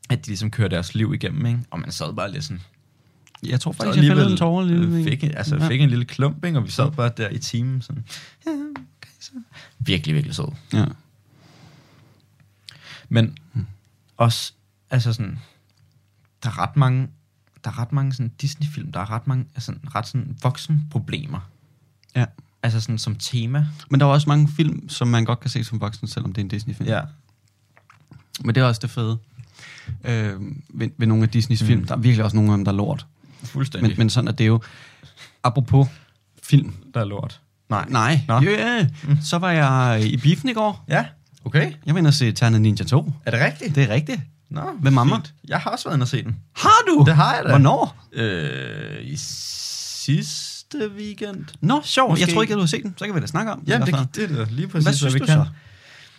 [SPEAKER 6] at de ligesom kører deres liv igennem, ikke? Og man sad bare lidt sådan...
[SPEAKER 7] Jeg tror
[SPEAKER 6] Så
[SPEAKER 7] faktisk, jeg fældede en tårer
[SPEAKER 6] øh,
[SPEAKER 7] lige.
[SPEAKER 6] fik, en- altså,
[SPEAKER 7] Ja.
[SPEAKER 6] fik en lille klump, ikke? og vi sad bare der i timen. Sådan, ja, okay, så. Virkelig, virkelig sød.
[SPEAKER 7] Ja.
[SPEAKER 6] Men
[SPEAKER 7] Mm.
[SPEAKER 6] også, altså sådan, der er ret mange, der er ret mange sådan Disney-film, der er ret mange altså, sådan, ret sådan voksenproblemer.
[SPEAKER 7] ja.
[SPEAKER 6] Altså sådan som tema.
[SPEAKER 7] Men der er også mange film, som man godt kan se som voksen, selvom det er en Disney-film. Men det er også det fede øh, ved, ved nogle af Disneys mm. film. Der er virkelig også nogle af dem, der er lort.
[SPEAKER 6] fuldstændig.
[SPEAKER 7] Men, men sådan er det jo. Apropos film.
[SPEAKER 6] der er lort.
[SPEAKER 7] Nej. Nej.
[SPEAKER 6] Nå.
[SPEAKER 7] Yeah. Mm. Så var jeg i biffen i går.
[SPEAKER 6] Ja, okay.
[SPEAKER 7] Jeg var inde og se Ternet Ninja 2.
[SPEAKER 6] Er det rigtigt?
[SPEAKER 7] Det er rigtigt.
[SPEAKER 6] Nå,
[SPEAKER 7] Med mamma.
[SPEAKER 6] fint. Jeg har også været inde og se den.
[SPEAKER 7] Har du?
[SPEAKER 6] Det har jeg da.
[SPEAKER 7] Hvornår?
[SPEAKER 6] Øh, I sidste weekend.
[SPEAKER 7] Nå, sjovt.
[SPEAKER 6] Måske
[SPEAKER 7] Jeg tror ikke,
[SPEAKER 6] ikke.
[SPEAKER 7] at du har set den. Så kan vi da snakke om den i
[SPEAKER 6] Ja,
[SPEAKER 7] hvert
[SPEAKER 6] det,
[SPEAKER 7] fald.
[SPEAKER 6] det er da lige præcis,
[SPEAKER 7] Hvad synes
[SPEAKER 6] vi
[SPEAKER 7] du
[SPEAKER 6] kan.
[SPEAKER 7] så?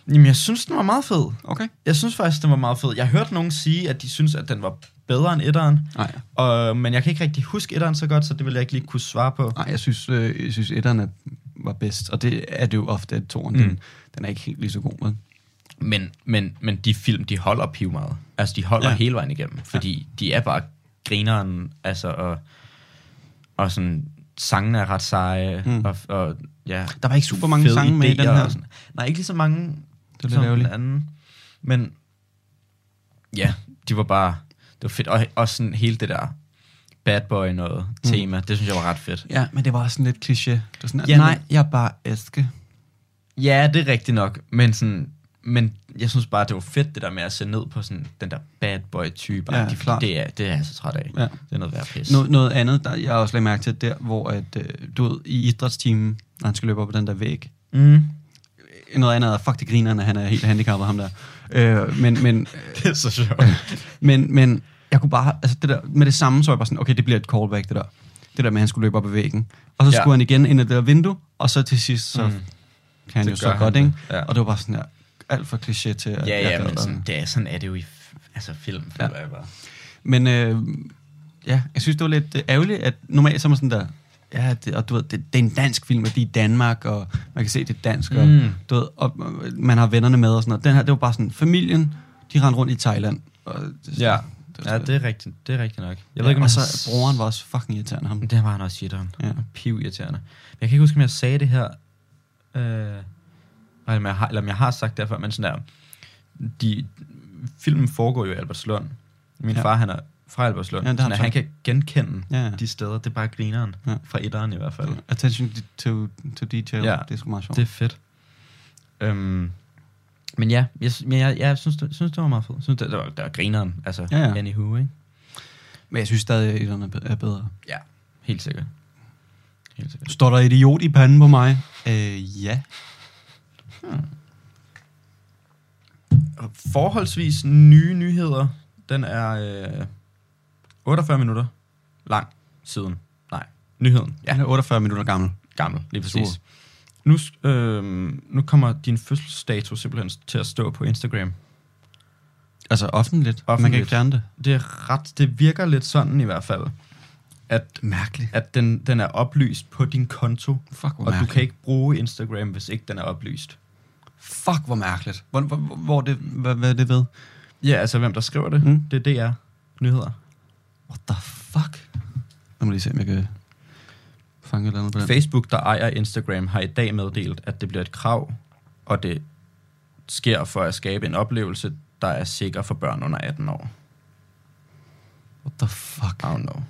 [SPEAKER 6] Jamen, jeg synes, den var meget fed.
[SPEAKER 7] Okay.
[SPEAKER 6] Jeg synes faktisk, den var meget fed. Jeg hørte nogen sige, at de synes, at den var bedre end etteren.
[SPEAKER 7] Nej.
[SPEAKER 6] Og, men jeg kan ikke rigtig huske etteren så godt, så det vil jeg ikke lige kunne svare på.
[SPEAKER 7] Nej, jeg synes, øh, jeg synes etteren er- var bedst. Og det er det jo ofte, at toren, mm. den, den er ikke helt lige så god. Med.
[SPEAKER 6] Men, men, men de film, de holder piv meget. Altså, de holder
[SPEAKER 7] Ja.
[SPEAKER 6] ja. hele vejen igennem. Fordi ja. de er bare grineren, altså, og, og sådan, sangene er ret seje, mm. og, og, ja.
[SPEAKER 7] Der var ikke super mange
[SPEAKER 6] fede
[SPEAKER 7] sange med i den
[SPEAKER 6] idéer
[SPEAKER 7] her.
[SPEAKER 6] og Sådan. Nej, ikke lige så mange
[SPEAKER 7] er lidt
[SPEAKER 6] som den
[SPEAKER 7] ærgerligt.
[SPEAKER 6] anden. Men ja, de var bare... Det var fedt. Og også sådan hele det der bad boy noget
[SPEAKER 7] Mm.
[SPEAKER 6] tema, det synes jeg var ret fedt.
[SPEAKER 7] Ja, men det var også sådan lidt kliché. Det var sådan, at,
[SPEAKER 6] Ja,
[SPEAKER 7] ja, nej,
[SPEAKER 6] men-
[SPEAKER 7] jeg er bare æske.
[SPEAKER 6] Ja, det er rigtigt nok, men sådan... Men jeg synes bare, det var fedt det der med at se ned på sådan den der bad boy type.
[SPEAKER 7] Ja,
[SPEAKER 6] Ja,
[SPEAKER 7] klart.
[SPEAKER 6] det, er, det er jeg så træt af.
[SPEAKER 7] Ja.
[SPEAKER 6] Ja. Det er noget værd pis.
[SPEAKER 7] Noget, noget andet, der jeg også lagde mærke til, der hvor at, øh, du ved, i idrætstimen, når han skal løbe op ad den der væg,
[SPEAKER 6] Mm.
[SPEAKER 7] noget andet er, fuck det griner, når han er helt handicappet, ham der. Øh, men, men,
[SPEAKER 6] [laughs] Det er så sjovt.
[SPEAKER 7] men, men jeg kunne bare, altså det der, med det samme, så var jeg bare sådan, okay, det bliver et callback, det der. Det der med, at han skulle løbe op ad væggen. Og så ja.
[SPEAKER 6] Ja.
[SPEAKER 7] skulle han igen ind i det der vindue, og så til sidst, så mm.
[SPEAKER 6] Mm.
[SPEAKER 7] kan han jo
[SPEAKER 6] Det gør
[SPEAKER 7] så
[SPEAKER 6] han
[SPEAKER 7] godt,
[SPEAKER 6] det.
[SPEAKER 7] ikke? Ja.
[SPEAKER 6] Ja.
[SPEAKER 7] Og det var bare sådan, ja, alt for kliché til, at
[SPEAKER 6] Ja,
[SPEAKER 7] jeg
[SPEAKER 6] ja,
[SPEAKER 7] gad
[SPEAKER 6] men
[SPEAKER 7] den.
[SPEAKER 6] sådan, det er, sådan er det jo i f- altså, film.
[SPEAKER 7] Ja.
[SPEAKER 6] Ja. Jeg bare.
[SPEAKER 7] Men øh, ja, jeg synes, det var lidt øh, ærgerligt, at normalt så er man sådan der, ja, det, og du ved, det, det er en dansk film, og de er i Danmark, og man kan se, det er dansk, og,
[SPEAKER 6] Mm.
[SPEAKER 7] du ved, og øh, man har vennerne med og sådan noget. Den her, det var bare sådan, familien, de rendte rundt i Thailand. Og, det,
[SPEAKER 6] Ja.
[SPEAKER 7] det,
[SPEAKER 6] Ja, det er rigtigt, det er rigtigt nok.
[SPEAKER 7] jeg ved ikke,
[SPEAKER 6] om
[SPEAKER 7] og
[SPEAKER 6] jeg
[SPEAKER 7] så
[SPEAKER 6] har-
[SPEAKER 7] broren var også fucking irriterende ham.
[SPEAKER 6] Det var han også jitteren.
[SPEAKER 7] Ja.
[SPEAKER 6] Ja. Piv irriterende. Men jeg kan ikke huske, om jeg sagde det her, øh, eller, om jeg har, eller om jeg har sagt det her før, men sådan der, de, filmen foregår jo i Albertslund. Min
[SPEAKER 7] Ja.
[SPEAKER 6] ja. far, han er fra Albertslund,
[SPEAKER 7] Ja,
[SPEAKER 6] ja,
[SPEAKER 7] det har
[SPEAKER 6] sådan,
[SPEAKER 7] han
[SPEAKER 6] at
[SPEAKER 7] så.
[SPEAKER 6] han kan genkende
[SPEAKER 7] Ja, ja.
[SPEAKER 6] ja. de steder. Det er bare grineren,
[SPEAKER 7] Ja.
[SPEAKER 6] ja. fra etteren i hvert fald. Ja.
[SPEAKER 7] Attention to, to detail, ja.
[SPEAKER 6] Ja.
[SPEAKER 7] det er sgu meget sjovt.
[SPEAKER 6] Det er fedt. Øhm, men ja, jeg, men jeg, jeg synes, det, synes, det var meget fedt. Jeg synes, det, det, var, det var grineren, altså
[SPEAKER 7] Ja,
[SPEAKER 6] ja,
[SPEAKER 7] ja.
[SPEAKER 6] ja. anywho, ikke?
[SPEAKER 7] Men jeg synes stadig, at etterne er be- er bedre.
[SPEAKER 6] Ja, helt sikkert. Helt sikkert.
[SPEAKER 7] Står der idiot i panden på mig? Øh, ja.
[SPEAKER 6] forholdsvis nye nyheder. Den er øh, 48 minutter lang siden. Nej, nyheden.
[SPEAKER 7] ja.
[SPEAKER 6] Ja,
[SPEAKER 7] Han er 48 minutter gammel.
[SPEAKER 6] gammel, lige
[SPEAKER 7] Super.
[SPEAKER 6] præcis. Nu, sk- øh, nu kommer din fødselsdato simpelthen til at stå på Instagram.
[SPEAKER 7] Altså offentligt. offentligt. Man kan
[SPEAKER 6] Offentligt.
[SPEAKER 7] ikke fjerne det.
[SPEAKER 6] Det er ret, det virker lidt sådan i hvert fald, at,
[SPEAKER 7] Mærkeligt.
[SPEAKER 6] at den, den er oplyst på din konto,
[SPEAKER 7] Fuck, hvor
[SPEAKER 6] og du
[SPEAKER 7] mærkeligt.
[SPEAKER 6] kan ikke bruge Instagram, hvis ikke den er oplyst.
[SPEAKER 7] Fuck, hvor mærkeligt. Hvor, hvor, hvor- hvor det, hvad, hvad er det ved?
[SPEAKER 6] Ja, altså hvem der skriver det,
[SPEAKER 7] Mm.
[SPEAKER 6] mm. det er DR Nyheder.
[SPEAKER 7] What the fuck? Lad mig lige se, om jeg kan fange et eller andet på den.
[SPEAKER 6] Facebook, der ejer Instagram, har i dag meddelt, at det bliver et krav, og det sker for at skabe en oplevelse, der er sikker for børn under 18 år.
[SPEAKER 7] What the fuck?
[SPEAKER 6] I don't know.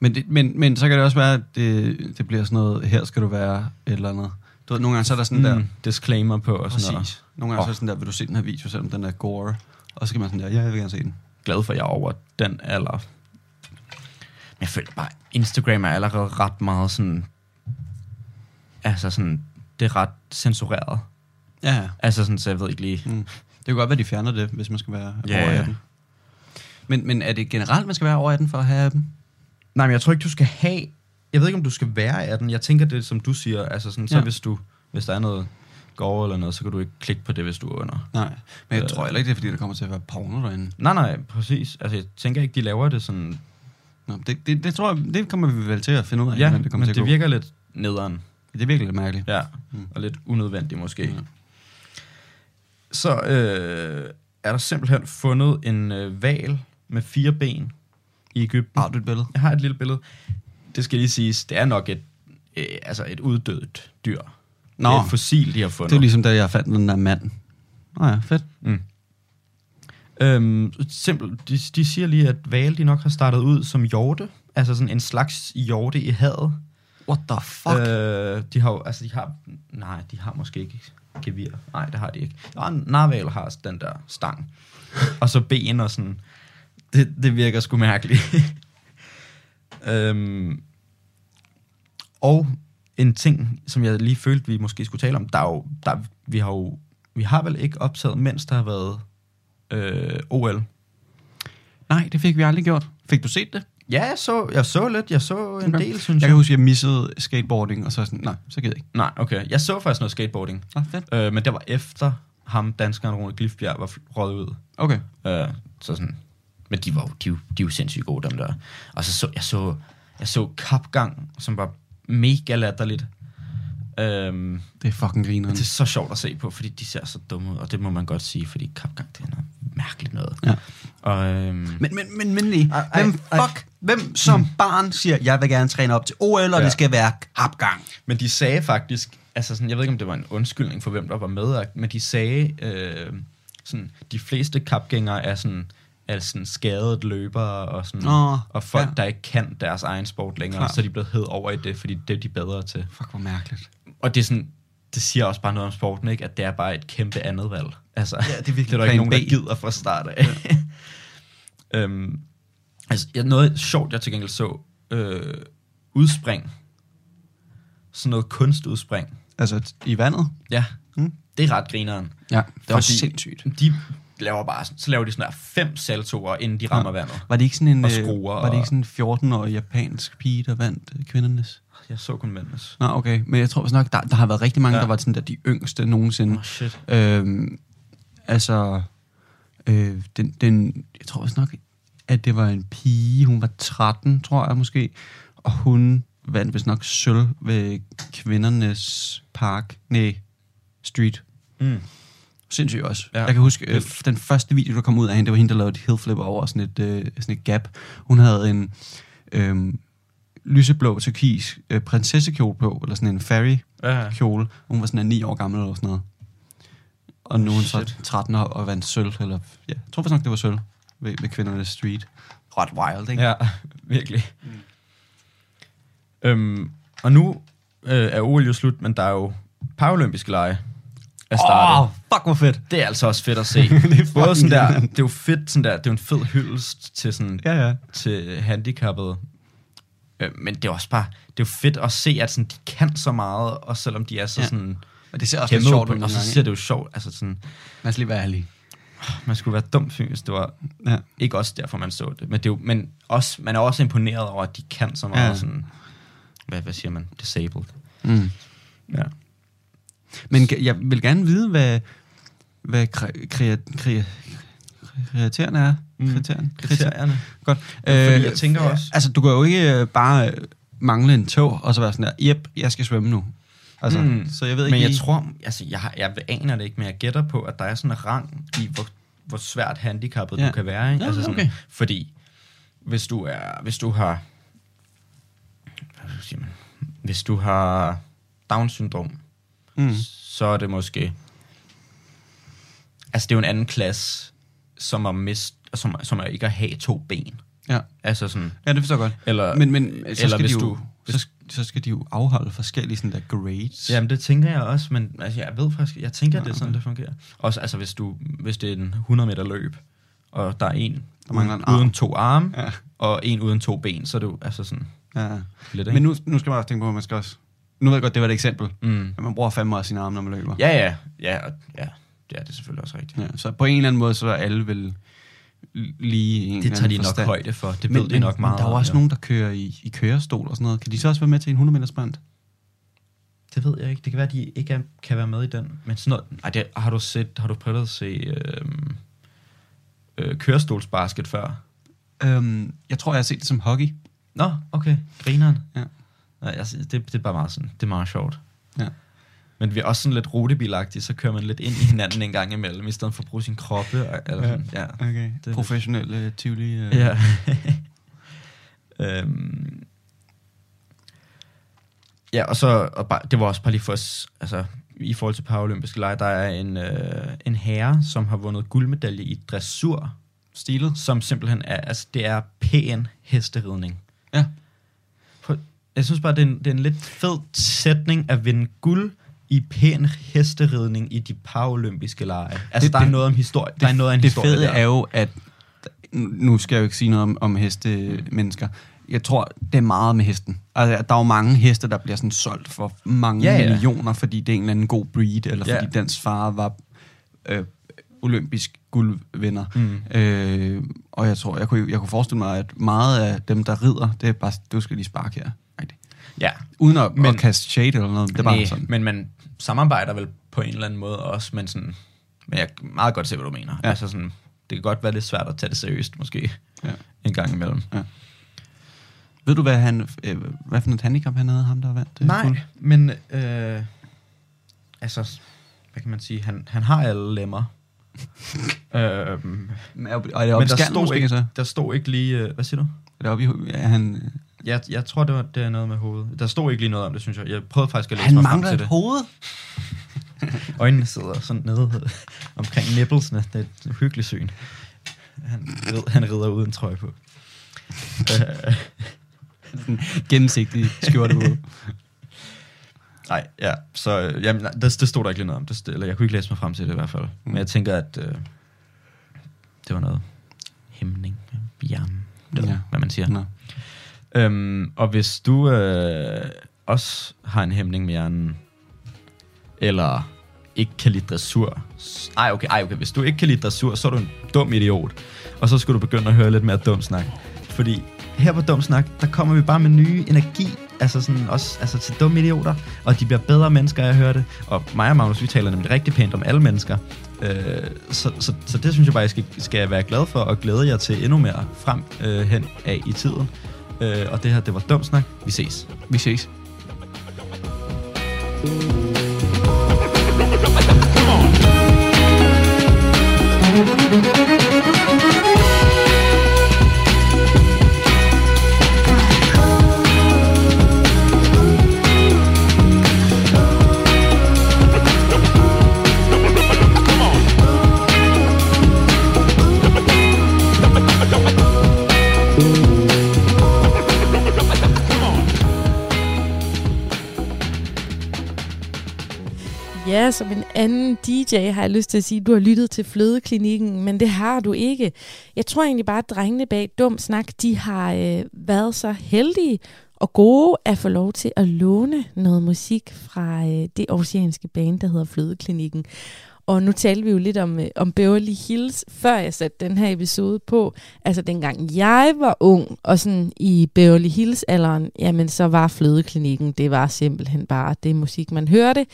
[SPEAKER 7] Men, det, men, men så kan det også være, at det, det bliver sådan noget, her skal du være, et eller andet. Du ved, nogle gange så er der sådan mm. der,
[SPEAKER 6] Disclaimer på og sådan noget.
[SPEAKER 7] præcis. Nogle gange oh. så er det sådan der, vil du se den her video, selvom den er gore? Og så kan man sådan der, ja, jeg vil gerne se den.
[SPEAKER 6] glad for, at jeg er over den alder. Men jeg føler bare, Instagram er allerede ret meget sådan... Altså sådan, det er ret censureret.
[SPEAKER 7] Ja, ja.
[SPEAKER 6] Altså sådan, så jeg ved ikke lige...
[SPEAKER 7] Mm. Det kan godt være, de fjerner det, hvis man skal være
[SPEAKER 6] Ja,
[SPEAKER 7] yeah. over
[SPEAKER 6] ja.
[SPEAKER 7] 18. Men, men er det generelt, man skal være over 18 for at have dem?
[SPEAKER 6] Nej, men jeg tror ikke, du skal have... Jeg ved ikke, om du skal være af den. Jeg tænker det, som du siger. Altså sådan, så
[SPEAKER 7] Ja.
[SPEAKER 6] hvis du... Hvis der er noget gore eller noget, så kan du ikke klikke på det, hvis du er under.
[SPEAKER 7] Nej. Men jeg
[SPEAKER 6] Øh.
[SPEAKER 7] tror heller ikke, det er, fordi der kommer til at være porno derinde.
[SPEAKER 6] Nej, nej, præcis. Altså, jeg tænker ikke, de laver det sådan...
[SPEAKER 7] Nå, det, det, det, tror jeg, det kommer vi vel til at finde ud af,
[SPEAKER 6] Ja,
[SPEAKER 7] hvordan
[SPEAKER 6] det
[SPEAKER 7] kommer
[SPEAKER 6] men
[SPEAKER 7] til at gå.
[SPEAKER 6] det virker lidt nederen.
[SPEAKER 7] Det er virkelig lidt mærkeligt.
[SPEAKER 6] Ja,
[SPEAKER 7] Mm.
[SPEAKER 6] mm. og lidt unødvendigt måske.
[SPEAKER 7] Ja.
[SPEAKER 6] Ja. Så øh, er der simpelthen fundet en øh, val med fire ben i Ægypten.
[SPEAKER 7] Har du et billede?
[SPEAKER 6] Jeg har et lille billede. Det skal lige siges, det er nok et, øh, altså et uddødt dyr.
[SPEAKER 7] Nå.
[SPEAKER 6] Det er et fossil, de har
[SPEAKER 7] Det er
[SPEAKER 6] fundet.
[SPEAKER 7] jo ligesom, da jeg fandt den der mand. Nå ja, fedt.
[SPEAKER 6] mm. øhm, simpel, de, de siger lige, at val de nok har startet ud som hjorte. Altså sådan en slags hjorte i havet.
[SPEAKER 7] What the fuck? Øh.
[SPEAKER 6] Øh, de har jo, altså de har, nej, de har måske ikke gevir. Nej, det har de ikke. Og narval har også den der stang. og så ben og sådan. Det, det virker sgu mærkeligt. [laughs] øhm, og en ting, som jeg lige følte, vi måske skulle tale om, der er jo, der, vi har jo, vi har vel ikke optaget, mens der har været øh, OL.
[SPEAKER 7] Nej, det fik vi aldrig gjort. Fik du set det?
[SPEAKER 6] Ja, jeg så, jeg så lidt, jeg så en del, synes
[SPEAKER 7] jeg
[SPEAKER 6] jeg.
[SPEAKER 7] kan huske, at jeg missede skateboarding, og så sådan, nej, så gider jeg ikke.
[SPEAKER 6] Nej, okay. Jeg så faktisk noget skateboarding.
[SPEAKER 7] Nå, fedt.
[SPEAKER 6] Øh, men det var efter ham, danskeren Rune Glifbjerg, var fl- røget ud.
[SPEAKER 7] Okay.
[SPEAKER 6] Øh, så sådan. Men de var jo, de, er jo- de er jo sindssygt gode, dem der. Og så så jeg så, jeg så kapgang, som var mega latterligt. Øhm,
[SPEAKER 7] Det er fucking grineren.
[SPEAKER 6] det er så sjovt at se på, fordi de ser så dumme ud, og det må man godt sige, fordi kapgang, det er noget mærkeligt noget.
[SPEAKER 7] Ja.
[SPEAKER 6] Og, øhm,
[SPEAKER 7] Men, men, men, men lige,
[SPEAKER 6] Ej, ej,
[SPEAKER 7] hvem fuck, hvem som barn siger, jeg vil gerne træne op til OL, og Mm. ja.
[SPEAKER 6] Ja.
[SPEAKER 7] det skal være kapgang.
[SPEAKER 6] Men de sagde faktisk, altså sådan, jeg ved ikke, om det var en undskyldning for, hvem der var med, men de sagde, øh, sådan, de fleste kapgængere er sådan, er sådan skadet løbere og, sådan,
[SPEAKER 7] Nå,
[SPEAKER 6] og folk,
[SPEAKER 7] ja.
[SPEAKER 6] ja. der ikke kan deres egen sport længere,
[SPEAKER 7] Klart.
[SPEAKER 6] så er de blevet hed over i det, fordi det er de bedre til.
[SPEAKER 7] Fuck, hvor mærkeligt.
[SPEAKER 6] Og det er sådan, det siger også bare noget om sporten, ikke? at det er bare et kæmpe andet valg. Altså, ja,
[SPEAKER 7] det er virkelig
[SPEAKER 6] [laughs] det er der
[SPEAKER 7] plan
[SPEAKER 6] ikke nogen, der
[SPEAKER 7] B.
[SPEAKER 6] gider fra start af. Ja. [laughs] øhm, altså, jeg, noget sjovt, jeg til gengæld så, øh, udspring. Sådan noget kunstudspring.
[SPEAKER 7] Altså, i vandet?
[SPEAKER 6] Ja,
[SPEAKER 7] Mm.
[SPEAKER 6] mm. det er ret grineren.
[SPEAKER 7] Ja, det var
[SPEAKER 6] Fordi-
[SPEAKER 7] sindssygt.
[SPEAKER 6] De laver bare sådan, så laver de sådan der fem saltoer, inden de rammer ja. vandet.
[SPEAKER 7] Var det ikke sådan en,
[SPEAKER 6] Og
[SPEAKER 7] øh,
[SPEAKER 6] skruer
[SPEAKER 7] var det ikke
[SPEAKER 6] og-
[SPEAKER 7] sådan en 14-årig japansk pige, der vandt øh, kvindernes?
[SPEAKER 6] Jeg så kun mændenes.
[SPEAKER 7] Nå, okay. Men jeg tror også nok, der, der har været rigtig mange, ja.
[SPEAKER 6] Ja.
[SPEAKER 7] der var sådan der de yngste nogensinde.
[SPEAKER 6] Åh, shit.
[SPEAKER 7] Øhm, altså, øh, den, den, jeg tror også nok, at det var en pige, hun var 13, tror jeg måske, og hun vandt vist nok sølv ved kvindernes park, nej, street.
[SPEAKER 6] Mm.
[SPEAKER 7] Sindssygt også. Ja.
[SPEAKER 6] Ja.
[SPEAKER 7] Jeg kan huske, øh, den første video, der kom ud af hende, det var hende, der lavede et hillflip over sådan et, øh, sådan et gap. Hun havde en øh, lyseblå turkis øh, prinsessekjole på, eller sådan en fairy
[SPEAKER 6] Ja.
[SPEAKER 7] kjole. Hun var sådan 9 år gammel eller sådan noget. Og nu er hun så
[SPEAKER 6] Shit.
[SPEAKER 7] 13 år og vandt sølv. Eller, ja, jeg tror faktisk nok, det var sølv ved, ved kvindernes street. Ret wild, ikke?
[SPEAKER 6] ja, [laughs] virkelig. Mm. Øhm, og nu øh, er OL jo slut, men der er jo paralympiske lege er startet.
[SPEAKER 7] Åh, oh, fuck hvor fedt.
[SPEAKER 6] Det er altså også fedt at
[SPEAKER 7] [laughs]
[SPEAKER 6] se. Både sådan der, det er jo fedt, sådan der, det er jo en fed hyldest til sådan
[SPEAKER 7] Ja, ja.
[SPEAKER 6] til handicappede. Øh, men det er også bare, det er jo fedt at se, at sådan, de kan så meget, og selvom de er så
[SPEAKER 7] Ja.
[SPEAKER 6] ja. sådan
[SPEAKER 7] Og det ser også lidt
[SPEAKER 6] kæmpe
[SPEAKER 7] sjovt ud
[SPEAKER 6] sjovt,
[SPEAKER 7] nogle
[SPEAKER 6] og så
[SPEAKER 7] gange.
[SPEAKER 6] ser det jo sjovt, altså sådan,
[SPEAKER 7] Lad os lige være ærlige.
[SPEAKER 6] man skulle være dum, synes det var
[SPEAKER 7] Ja.
[SPEAKER 6] ikke også derfor, man så det, men, det er jo, men også, man er også imponeret over, at de kan så meget,
[SPEAKER 7] Ja.
[SPEAKER 6] ja. sådan, hvad, hvad siger man, disabled.
[SPEAKER 7] Mm.
[SPEAKER 6] Ja.
[SPEAKER 7] Men ga- jeg vil gerne vide, hvad, hvad kre, kre, kre, kreateren er.
[SPEAKER 6] Mm.
[SPEAKER 7] Kriterierne.
[SPEAKER 6] Kriterierne.
[SPEAKER 7] Godt.
[SPEAKER 6] Fordi jeg tænker også-
[SPEAKER 7] Altså, du kan jo ikke øh, bare øh, mangle en tog, og så være sådan der, jep, jeg skal svømme nu. Altså, mm. Så jeg ved ikke
[SPEAKER 6] Men jeg
[SPEAKER 7] lige-
[SPEAKER 6] tror, altså jeg, jeg aner det ikke, men jeg gætter på, at der er sådan en rang i, hvor, hvor svært handicappet
[SPEAKER 7] Ja.
[SPEAKER 6] du kan være. Ikke?
[SPEAKER 7] Ja,
[SPEAKER 6] altså sådan,
[SPEAKER 7] okay.
[SPEAKER 6] Fordi hvis du er, hvis du har, hvad siger man, hvis du har Down-syndrom,
[SPEAKER 7] Mm.
[SPEAKER 6] så er det måske, altså det er jo en anden klasse, som at miste som, som er ikke at have to ben.
[SPEAKER 7] Ja.
[SPEAKER 6] Altså sådan,
[SPEAKER 7] Ja, det forstår jeg godt.
[SPEAKER 6] eller,
[SPEAKER 7] Men, men så,
[SPEAKER 6] eller
[SPEAKER 7] skal de
[SPEAKER 6] hvis
[SPEAKER 7] jo,
[SPEAKER 6] du...
[SPEAKER 7] så, sk- så skal de jo afholde forskellige sådan der grades.
[SPEAKER 6] Jamen det tænker jeg også, men altså, jeg ved faktisk, jeg tænker, at det er sådan,
[SPEAKER 7] okay.
[SPEAKER 6] det fungerer. Også altså, hvis, du, hvis det er en 100 meter løb, og der er en
[SPEAKER 7] Der mangler en
[SPEAKER 6] uden,
[SPEAKER 7] arm.
[SPEAKER 6] uden to arme,
[SPEAKER 7] Ja.
[SPEAKER 6] og en uden to ben, så er det jo altså sådan
[SPEAKER 7] ja.
[SPEAKER 6] lidt, ikke?
[SPEAKER 7] Men nu, nu skal man også tænke på, at man skal også... Nu ved jeg godt, det var et eksempel.
[SPEAKER 6] mm.
[SPEAKER 7] Men man bruger fandme også sine arme, når man løber.
[SPEAKER 6] Ja, ja, ja, og- ja, det er det selvfølgelig også rigtigt. Ja.
[SPEAKER 7] ja. Så på en eller anden måde, så er alle vel lige i en
[SPEAKER 6] Det
[SPEAKER 7] eller
[SPEAKER 6] tager
[SPEAKER 7] anden
[SPEAKER 6] de nok
[SPEAKER 7] forstand.
[SPEAKER 6] højde for, det ved de nok meget
[SPEAKER 7] Men der er jo
[SPEAKER 6] om,
[SPEAKER 7] også
[SPEAKER 6] ja.
[SPEAKER 7] nogen, der kører i, i kørestol og sådan noget. Kan de så også være med til en 100 meter sprint?
[SPEAKER 6] Det ved jeg ikke. Det kan være, at de ikke er, kan være med i den. Men sådan noget... Ej, det, har, du set, har du prøvet at se øh, øh, kørestolsbasket før?
[SPEAKER 7] Øhm, jeg tror, jeg har set det som hockey.
[SPEAKER 6] Nå, okay. Grineren.
[SPEAKER 7] Ja.
[SPEAKER 6] Nej, altså, det, det er bare meget sådan. Det er meget sjovt.
[SPEAKER 7] Ja.
[SPEAKER 6] Men vi er også sådan lidt rutebilagtige, så kører man lidt ind i hinanden en gang imellem, i stedet for at bruge sin kroppe. Eller sådan. Ja. ja.
[SPEAKER 7] Okay.
[SPEAKER 6] lidt-
[SPEAKER 7] Professionelle øh, tivoli. Øh.
[SPEAKER 6] Ja. [laughs] øhm. Ja, og så, og bare, det var også bare lige for os, altså, i forhold til paralympiske lege, der er en, øh, en herre, som har vundet guldmedalje i dressur,
[SPEAKER 7] Stilet.
[SPEAKER 6] som simpelthen er, altså, det er pæn hesteridning.
[SPEAKER 7] Ja.
[SPEAKER 6] Prøv- Jeg synes bare, det er, en, det er en lidt fed sætning at vinde guld i pæn hesteridning i de paralympiske lege. Altså,
[SPEAKER 7] Det-
[SPEAKER 6] det, der det, er
[SPEAKER 7] det-
[SPEAKER 6] noget om historie. Det, der er noget af en
[SPEAKER 7] det
[SPEAKER 6] historie
[SPEAKER 7] fede
[SPEAKER 6] der.
[SPEAKER 7] er jo, at nu skal jeg jo ikke sige noget om, om hestemennesker. Jeg tror, det er meget med hesten. Altså, der er jo mange heste, der bliver sådan solgt for mange
[SPEAKER 6] Ja,
[SPEAKER 7] ja,
[SPEAKER 6] ja.
[SPEAKER 7] ja. millioner, fordi det er en eller anden god breed, eller
[SPEAKER 6] Ja.
[SPEAKER 7] fordi dens far var øh, olympisk guldvinder.
[SPEAKER 6] Mm.
[SPEAKER 7] Mm. Øh, og jeg tror, jeg kunne, jeg kunne forestille mig, at meget af dem, der rider, det er bare, du skal lige sparke her. Ej, det-
[SPEAKER 6] Ja,
[SPEAKER 7] Uden at,
[SPEAKER 6] Men-
[SPEAKER 7] men, at kaste shade eller noget. Det er bare
[SPEAKER 6] Næh,
[SPEAKER 7] sådan.
[SPEAKER 6] men man samarbejder vel på en eller anden måde også, men sådan, men jeg kan meget godt se, hvad du mener. Ja.
[SPEAKER 7] Ja.
[SPEAKER 6] Altså sådan, det kan godt være lidt svært at tage det seriøst, måske, ja.
[SPEAKER 7] Ja.
[SPEAKER 6] en gang imellem.
[SPEAKER 7] Ved du, hvad, han, øh, hvad for et handicap han havde, ham der vandt? øh, guld?
[SPEAKER 6] men øh, altså, hvad kan man sige, han, han har alle lemmer.
[SPEAKER 7] [laughs]
[SPEAKER 6] øhm,
[SPEAKER 7] Men er, er det oppe i
[SPEAKER 6] men
[SPEAKER 7] skallen
[SPEAKER 6] der stod,
[SPEAKER 7] måske
[SPEAKER 6] ikke,
[SPEAKER 7] så?
[SPEAKER 6] der stod ikke lige, øh, hvad siger du?
[SPEAKER 7] Er det oppe i ho- ja, han,
[SPEAKER 6] Jeg, jeg tror, det, var, det er noget med hovedet. Der stod ikke lige noget om det, synes jeg. Jeg prøvede faktisk at læse
[SPEAKER 7] han
[SPEAKER 6] mig frem
[SPEAKER 7] mangler
[SPEAKER 6] til
[SPEAKER 7] et
[SPEAKER 6] det.
[SPEAKER 7] hoved.
[SPEAKER 6] Øjnene sidder sådan nede [laughs] omkring nipplesene. Det er et hyggeligt syn. Han, rid- han rider uden trøje på. Øh,
[SPEAKER 7] [laughs] Gennemsigtig skjorte på.
[SPEAKER 6] [laughs] Nej, ja. Så øh, jamen, nej, det, det stod der ikke lige noget om. Det, st- eller jeg kunne ikke læse mig frem til det i hvert fald. Men jeg tænker, at øh, det var noget hæmning. Jam. Det ja.
[SPEAKER 7] Ja.
[SPEAKER 6] hvad man siger.
[SPEAKER 7] Nå.
[SPEAKER 6] Øhm, og hvis du øh, også har en hæmning med hjernen, eller ikke kan lide dressur, s- ej okay, ej okay, hvis du ikke kan lide dressur, så er du en dum idiot. Og så skal du begynde at høre lidt mere dum snak. Fordi her på Dum Snak, der kommer vi bare med nye energi, altså sådan også altså til dumme idioter, og de bliver bedre mennesker, af at høre det. Og mig og Magnus, vi taler nemlig rigtig pænt om alle mennesker. Øh, så, så, så, det synes jeg bare, I skal, skal være glad for, og glæde jer til endnu mere frem øh, hen af i tiden. Øh, og det her, det var Dum Snak. Vi ses.
[SPEAKER 7] Vi ses.
[SPEAKER 1] Ja, som en anden DJ har jeg lyst til at sige, du har lyttet til Flødeklinikken, men det har du ikke. Jeg tror egentlig bare, at drengene bag Dum Snak, de har øh, været så heldige og gode at få lov til at låne noget musik fra øh, det oceanske band, der hedder Flødeklinikken. Og nu talte vi jo lidt om, øh, om Beverly Hills, før jeg satte den her episode på. Altså dengang jeg var ung, og sådan i Beverly Hills-alderen, jamen så var Flødeklinikken, det var simpelthen bare det musik, man hørte.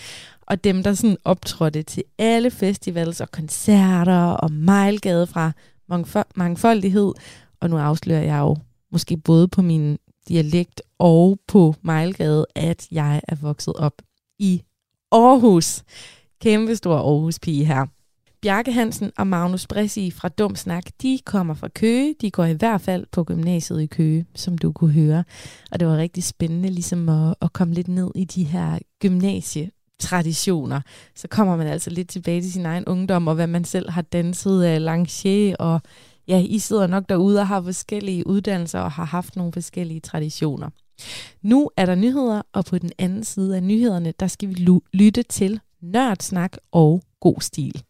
[SPEAKER 1] Og dem, der sådan optrådte til alle festivals og koncerter og mejlgade fra mangfo- mangfoldighed. Og nu afslører jeg jo måske både på min dialekt og på mejlgade, at jeg er vokset op i Aarhus. Kæmpe stor Aarhus-pige her. Bjarke Hansen og Magnus Bressi fra Dum Snak, de kommer fra Køge. De går i hvert fald på gymnasiet i Køge, som du kunne høre. Og det var rigtig spændende ligesom at, at komme lidt ned i de her gymnasie traditioner, så kommer man altså lidt tilbage til sin egen ungdom, øh, og hvad man selv har danset af lancier og ja, I sidder nok derude og har forskellige uddannelser og har haft nogle forskellige traditioner. Nu er der nyheder, og på den anden side af nyhederne, der skal vi lu- lytte til nørdsnak og god stil.